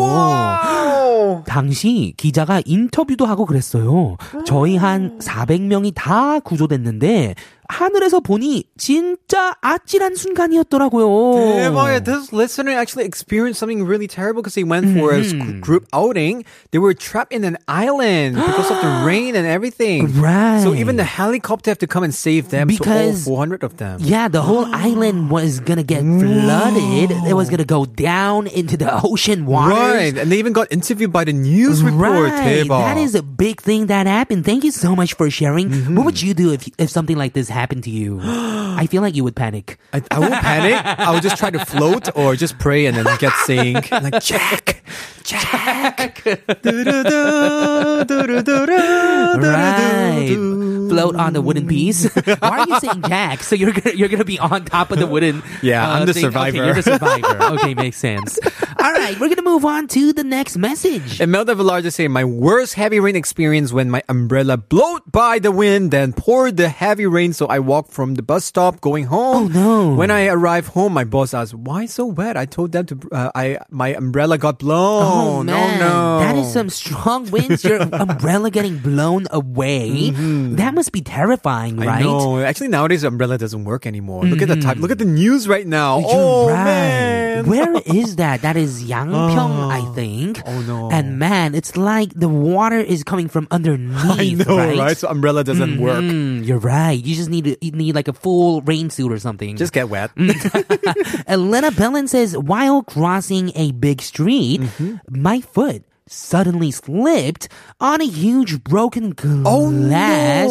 [SPEAKER 2] Oh,
[SPEAKER 1] 당시 기자가 인터뷰도 하고 그랬어요. 저희 한 400명이 다 구조됐는데 하늘에서 보니 진짜 아찔한 순간이었더라고요.
[SPEAKER 2] Damn, oh, this listener actually experienced something really terrible because they went for a
[SPEAKER 1] Mm-hmm.
[SPEAKER 2] sc- group outing. They were trapped in an island because of the rain and everything.
[SPEAKER 1] Right.
[SPEAKER 2] So even the helicopter have to come and save them.
[SPEAKER 1] Because-
[SPEAKER 2] so all 400 of them.
[SPEAKER 1] Yeah, the whole island was gonna get
[SPEAKER 2] 음.
[SPEAKER 1] flooded. It was gonna go down into the ocean waters.
[SPEAKER 2] Right, and they even got interviewed by the news report.
[SPEAKER 1] Right.
[SPEAKER 2] 대박.
[SPEAKER 1] That is a big thing that happened. Thank you so much for sharing.
[SPEAKER 2] Mm-hmm.
[SPEAKER 1] What would you do if if something like this happened to you? I feel like you would panic.
[SPEAKER 2] I, I won't panic. I will just try to float or just pray and then get sink. Like Jack, Jack. Du-du-du, du-du-du-du,
[SPEAKER 1] Right.
[SPEAKER 2] du-du-du-du.
[SPEAKER 1] Float on the wooden piece. Why are you saying Jack? So you're gonna, you're gonna be on top of the wooden. uh,
[SPEAKER 2] Yeah, I'm the
[SPEAKER 1] thing. Okay,
[SPEAKER 2] survivor.
[SPEAKER 1] you're the survivor. Okay, makes sense. All right, we're gonna move on to the next message.
[SPEAKER 2] Imelda Villar just saying, my worst heavy rain experience when my umbrella blowed by the wind, then poured the heavy rain, so I walked from the bus stop going
[SPEAKER 1] Oh,
[SPEAKER 2] home.
[SPEAKER 1] no.
[SPEAKER 2] When I arrived home, my boss asked, why so wet? I told them to, uh, I, my umbrella got blown.
[SPEAKER 1] Oh,
[SPEAKER 2] Oh,
[SPEAKER 1] man,
[SPEAKER 2] No, no.
[SPEAKER 1] that is some strong winds. Your umbrella getting blown away. That must be terrifying,
[SPEAKER 2] Mm-hmm. I
[SPEAKER 1] right? Mm.
[SPEAKER 2] know. Actually, nowadays umbrella doesn't work anymore. Look at the time. Look at the news right now.
[SPEAKER 1] You're
[SPEAKER 2] oh
[SPEAKER 1] right.
[SPEAKER 2] man.
[SPEAKER 1] Where is that? That is Yangpyeong, I think.
[SPEAKER 2] Oh, no.
[SPEAKER 1] And man, it's like the water is coming from
[SPEAKER 2] I
[SPEAKER 1] underneath.
[SPEAKER 2] know, right?
[SPEAKER 1] right?
[SPEAKER 2] So umbrella doesn't work.
[SPEAKER 1] Mm, you're right. You just need to, you need like a full rain suit or something.
[SPEAKER 2] Just get wet.
[SPEAKER 1] Mm. Elena Bellin says while crossing a big street,
[SPEAKER 2] Mm-hmm.
[SPEAKER 1] my foot suddenly slipped on a huge broken
[SPEAKER 2] Oh,
[SPEAKER 1] glass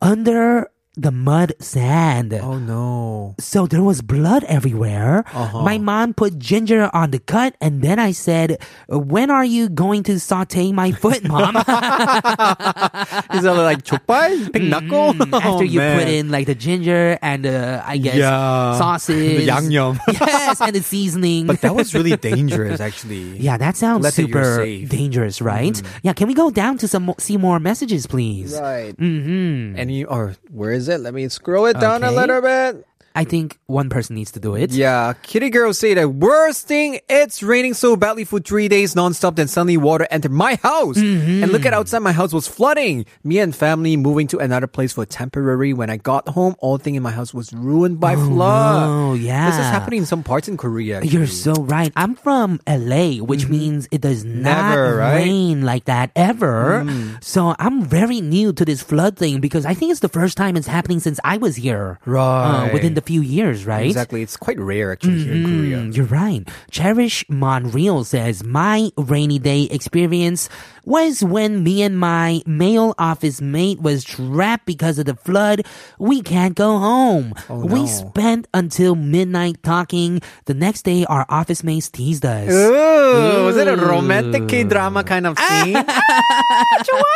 [SPEAKER 1] under the mud sand.
[SPEAKER 2] Oh no.
[SPEAKER 1] So there was blood everywhere.
[SPEAKER 2] Uh-huh.
[SPEAKER 1] My mom put ginger on the cut, and then I said, "When are you going to saute my foot, mom?"
[SPEAKER 2] Is that like chokbal? Big knuckle?
[SPEAKER 1] Mm. After
[SPEAKER 2] Oh,
[SPEAKER 1] you
[SPEAKER 2] man.
[SPEAKER 1] put in like the ginger and uh, I guess
[SPEAKER 2] Yeah.
[SPEAKER 1] sausage,
[SPEAKER 2] The yangnyeom.
[SPEAKER 1] yes, and the seasoning.
[SPEAKER 2] But that was really dangerous, actually.
[SPEAKER 1] yeah, that sounds
[SPEAKER 2] Let's say you're
[SPEAKER 1] super
[SPEAKER 2] safe. Mm.
[SPEAKER 1] dangerous, right? Yeah, can we go down to some mo- see more messages, please?
[SPEAKER 2] Right. Mm-hmm. Any or where is it? Let me scroll it down a
[SPEAKER 1] Okay.
[SPEAKER 2] little bit.
[SPEAKER 1] I think one person needs to do it.
[SPEAKER 2] Yeah, Kitty Girl say the worst thing. It's raining so badly for three days nonstop. Then suddenly water entered my house,
[SPEAKER 1] Mm-hmm.
[SPEAKER 2] and look at outside. My house was flooding. Me and family moving to another place for temporary. When I got home, all thing in my house was ruined by flood.
[SPEAKER 1] Oh, no, yeah.
[SPEAKER 2] this is happening in some parts in Korea.
[SPEAKER 1] You're
[SPEAKER 2] actually.
[SPEAKER 1] so right. I'm from LA, which means it does not
[SPEAKER 2] Mm-hmm. Never, right? Mm.
[SPEAKER 1] rain like that ever. So I'm very new to this flood thing because I think it's the first time it's happening since I was here. Uh,
[SPEAKER 2] Right.
[SPEAKER 1] within the few years, right?
[SPEAKER 2] exactly. It's quite rare actually here in Korea.
[SPEAKER 1] Mm, You're right. Cherish Monreal says, My rainy day experience was when me and my male office mate was trapped because of the flood. We can't go home. We
[SPEAKER 2] Oh, no.
[SPEAKER 1] spent until midnight talking. The next day, our office mates teased us.
[SPEAKER 2] Ooh, was it a romantic K drama kind of scene?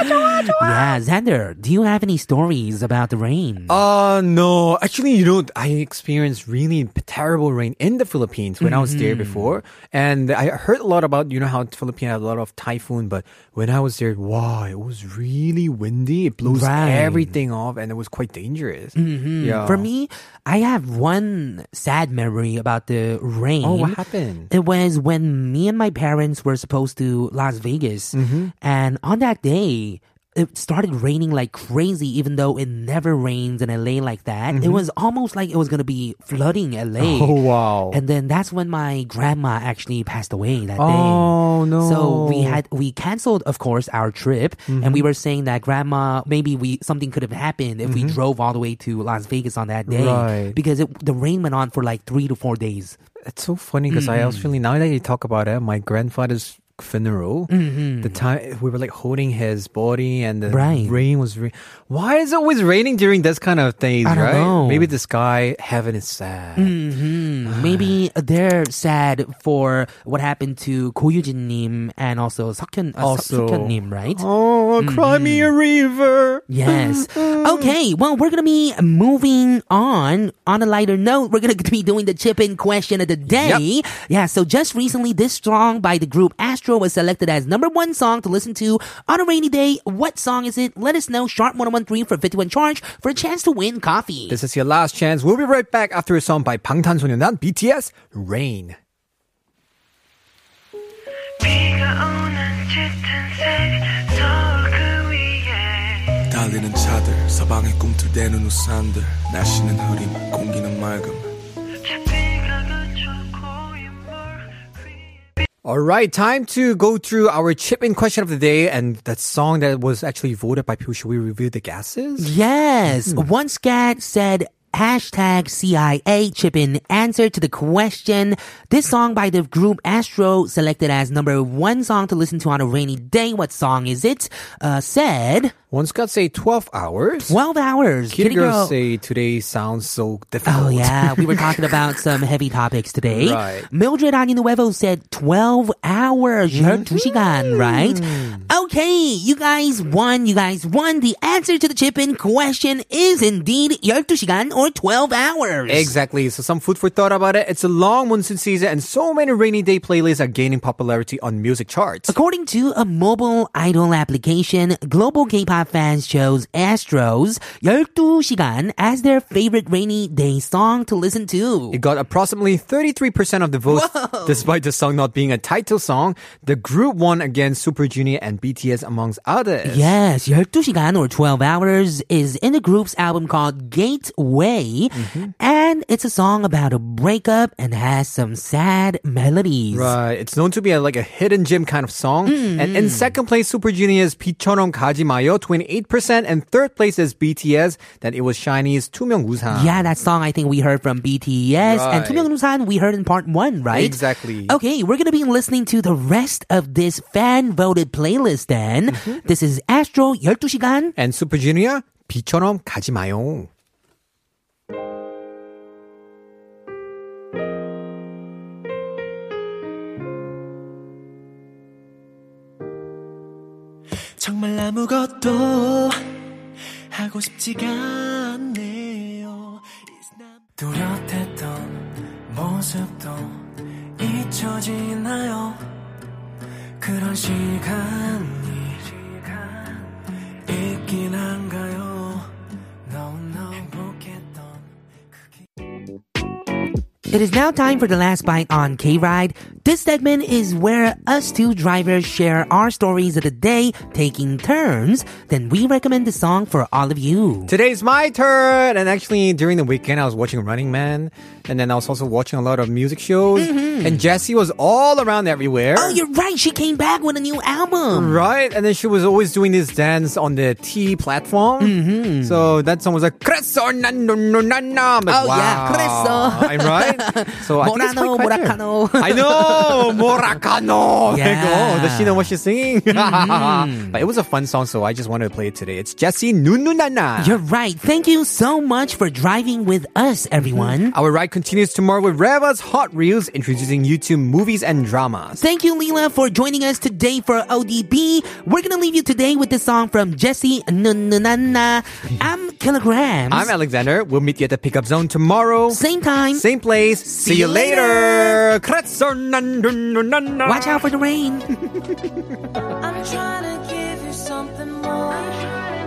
[SPEAKER 1] Yeah, Xander, do you have any stories about the rain?
[SPEAKER 2] Uh no, actually, you know, I experienced really terrible rain in the Philippines when I was there
[SPEAKER 1] Mm-hmm.
[SPEAKER 2] before, and I heard a lot about you know how Philippines had a lot of typhoon, but when I was there, wow, it was really windy. It blows
[SPEAKER 1] Right.
[SPEAKER 2] everything off, and it was quite dangerous. Mm-hmm. Yeah,
[SPEAKER 1] For me, I have one sad memory about the rain.
[SPEAKER 2] Oh, what happened?
[SPEAKER 1] It was when me and my parents were supposed to Las Vegas,
[SPEAKER 2] Mm-hmm.
[SPEAKER 1] and on that day. It started raining like crazy, even though it never rains in LA like that. It was almost like it was gonna be flooding LA.
[SPEAKER 2] Mm-hmm. Oh, wow.
[SPEAKER 1] And then that's when my grandma actually passed away that
[SPEAKER 2] Oh,
[SPEAKER 1] day.
[SPEAKER 2] no.
[SPEAKER 1] So we had we canceled, of course, our trip, and
[SPEAKER 2] Mm-hmm.
[SPEAKER 1] we were saying that grandma maybe we something could have happened if we drove all the way to Las Vegas on that day
[SPEAKER 2] Mm-hmm. Right.
[SPEAKER 1] because it, the rain went on for like three to four days.
[SPEAKER 2] it's so funny because I
[SPEAKER 1] Mm-hmm.
[SPEAKER 2] actually now that you talk about it, my grandfather's funeral the time we were like holding his body and the
[SPEAKER 1] Mm-hmm. Right.
[SPEAKER 2] rain was re- why is it always raining during this kind of things
[SPEAKER 1] I don't
[SPEAKER 2] right
[SPEAKER 1] know.
[SPEAKER 2] maybe the sky heaven is sad
[SPEAKER 1] maybe they're sad for what happened to Koyujin nim and also Seokhyun uh,
[SPEAKER 2] Also.
[SPEAKER 1] Seokhyun nim, right?
[SPEAKER 2] Oh, cry me a river.
[SPEAKER 1] Yes. Okay. Well, we're gonna be moving on. On a lighter note, we're gonna be doing the chip in question of the day. Yeah. So just recently, this song by the group Astro was selected as number one song to listen to on a rainy day. What song is it? Let us know. Sharp one one three for fifty one charge for a chance to win coffee.
[SPEAKER 2] This is your last chance. We'll be right back after a song by 방탄소년단 BTS, Rain.
[SPEAKER 8] 달리는 차들 서방에 꿈틀대는 우산들 날씨는 흐림 공기는 맑음
[SPEAKER 2] All right, time to go through our chip in question of the day. And that song that was actually voted by people, should we review the guesses?
[SPEAKER 1] Yes.
[SPEAKER 2] Hmm.
[SPEAKER 1] One scat said hashtag CIA chip in answer to the question. This song by the group Astro, selected as number one song to listen to on a rainy day. What song is it? Uh, said
[SPEAKER 2] One's got say 12 hours.
[SPEAKER 1] 12 hours.
[SPEAKER 2] Kitty, girls
[SPEAKER 1] girl-
[SPEAKER 2] say today sounds so difficult.
[SPEAKER 1] Oh yeah, we were talking about some heavy topics today.
[SPEAKER 2] Right.
[SPEAKER 1] Mildred Aninuevo said 12 hours. You heard 2시간,
[SPEAKER 2] Mm-hmm.
[SPEAKER 1] right? Okay, you guys won. You guys won. The answer to the chip-in question is indeed 12시간 or 12 hours.
[SPEAKER 2] Exactly. So some food for thought about it. It's a long monsoon season and so many rainy day playlists are gaining popularity on music charts.
[SPEAKER 1] According to a mobile idol application, global K-pop fans chose Astros 12시간 as their favorite rainy day song to listen to.
[SPEAKER 2] It got approximately 33% of the votes, despite the song not being a title song. The group won against Super Junior and BTS, amongst others.
[SPEAKER 1] Yes, 12시간 or 12 hours is in the group's album called Gateway.
[SPEAKER 2] Mm-hmm.
[SPEAKER 1] And it's a song about a breakup and has some sad melodies.
[SPEAKER 2] Right. It's known to be a, like a hidden gem kind of song.
[SPEAKER 1] Hmm.
[SPEAKER 2] And in second place, Super Junior's Pichonom Kajimayo, 28%. And third place is BTS, then it was Shiny's Tumyong Woosan.
[SPEAKER 1] Yeah, that song I think we heard from BTS and
[SPEAKER 2] Right.
[SPEAKER 1] Tumyong Nusan we heard in part one, right?
[SPEAKER 2] Exactly.
[SPEAKER 1] Okay, we're gonna be listening to the rest of this fan voted playlist then.
[SPEAKER 2] Mm-hmm.
[SPEAKER 1] This is Astro 12시간.
[SPEAKER 2] And Super Junior, Pichonom Kajimayo.
[SPEAKER 7] 정말 아무것도 하고 싶지가 않네요 It's not- 뚜렷했던 모습도 잊혀지나요 그런 시간이 있긴 한가요 No no 행복했던
[SPEAKER 1] It is now time for the last bite on K Ride. This segment is where us two drivers share our stories of the day, taking turns. Then we recommend the song for all of you.
[SPEAKER 2] Today's my turn. And actually, during the weekend, I was watching Running Man. And then I was also watching a lot of music shows. And Jessie was all around everywhere.
[SPEAKER 1] Mm-hmm. Oh, you're right. She came back with a new album.
[SPEAKER 2] Right, and then she was always doing this dance on the T platform. Mm-hmm. So that song was like "Creso na no no na na." I'm like,
[SPEAKER 1] Oh,
[SPEAKER 2] wow.
[SPEAKER 1] yeah, "Creso."
[SPEAKER 2] I'm right. So I think it's
[SPEAKER 1] Morano,
[SPEAKER 2] quite better.
[SPEAKER 1] Moracano.
[SPEAKER 2] I know Moracano. Like, oh, does she know what she's singing?
[SPEAKER 1] Mm-hmm.
[SPEAKER 2] but it was a fun song, so I just wanted to play it today. It's Jessie Nununana.
[SPEAKER 1] You're right. Thank you so much for driving with us, everyone.
[SPEAKER 2] Our ride continues tomorrow with Reva's Hot Reels introducing you to movies and dramas.
[SPEAKER 1] Thank you, Leela, for joining us today for ODB. We're gonna leave you today with the song from Jesse Nununana. I'm Kilograms.
[SPEAKER 2] I'm Alexander. We'll meet you at the pickup zone tomorrow.
[SPEAKER 1] Same time.
[SPEAKER 2] Same place. See,
[SPEAKER 1] you
[SPEAKER 2] you later. Kratsornandunununun.
[SPEAKER 1] Watch out for the rain.
[SPEAKER 3] I'm trying to give you something more. I'm trying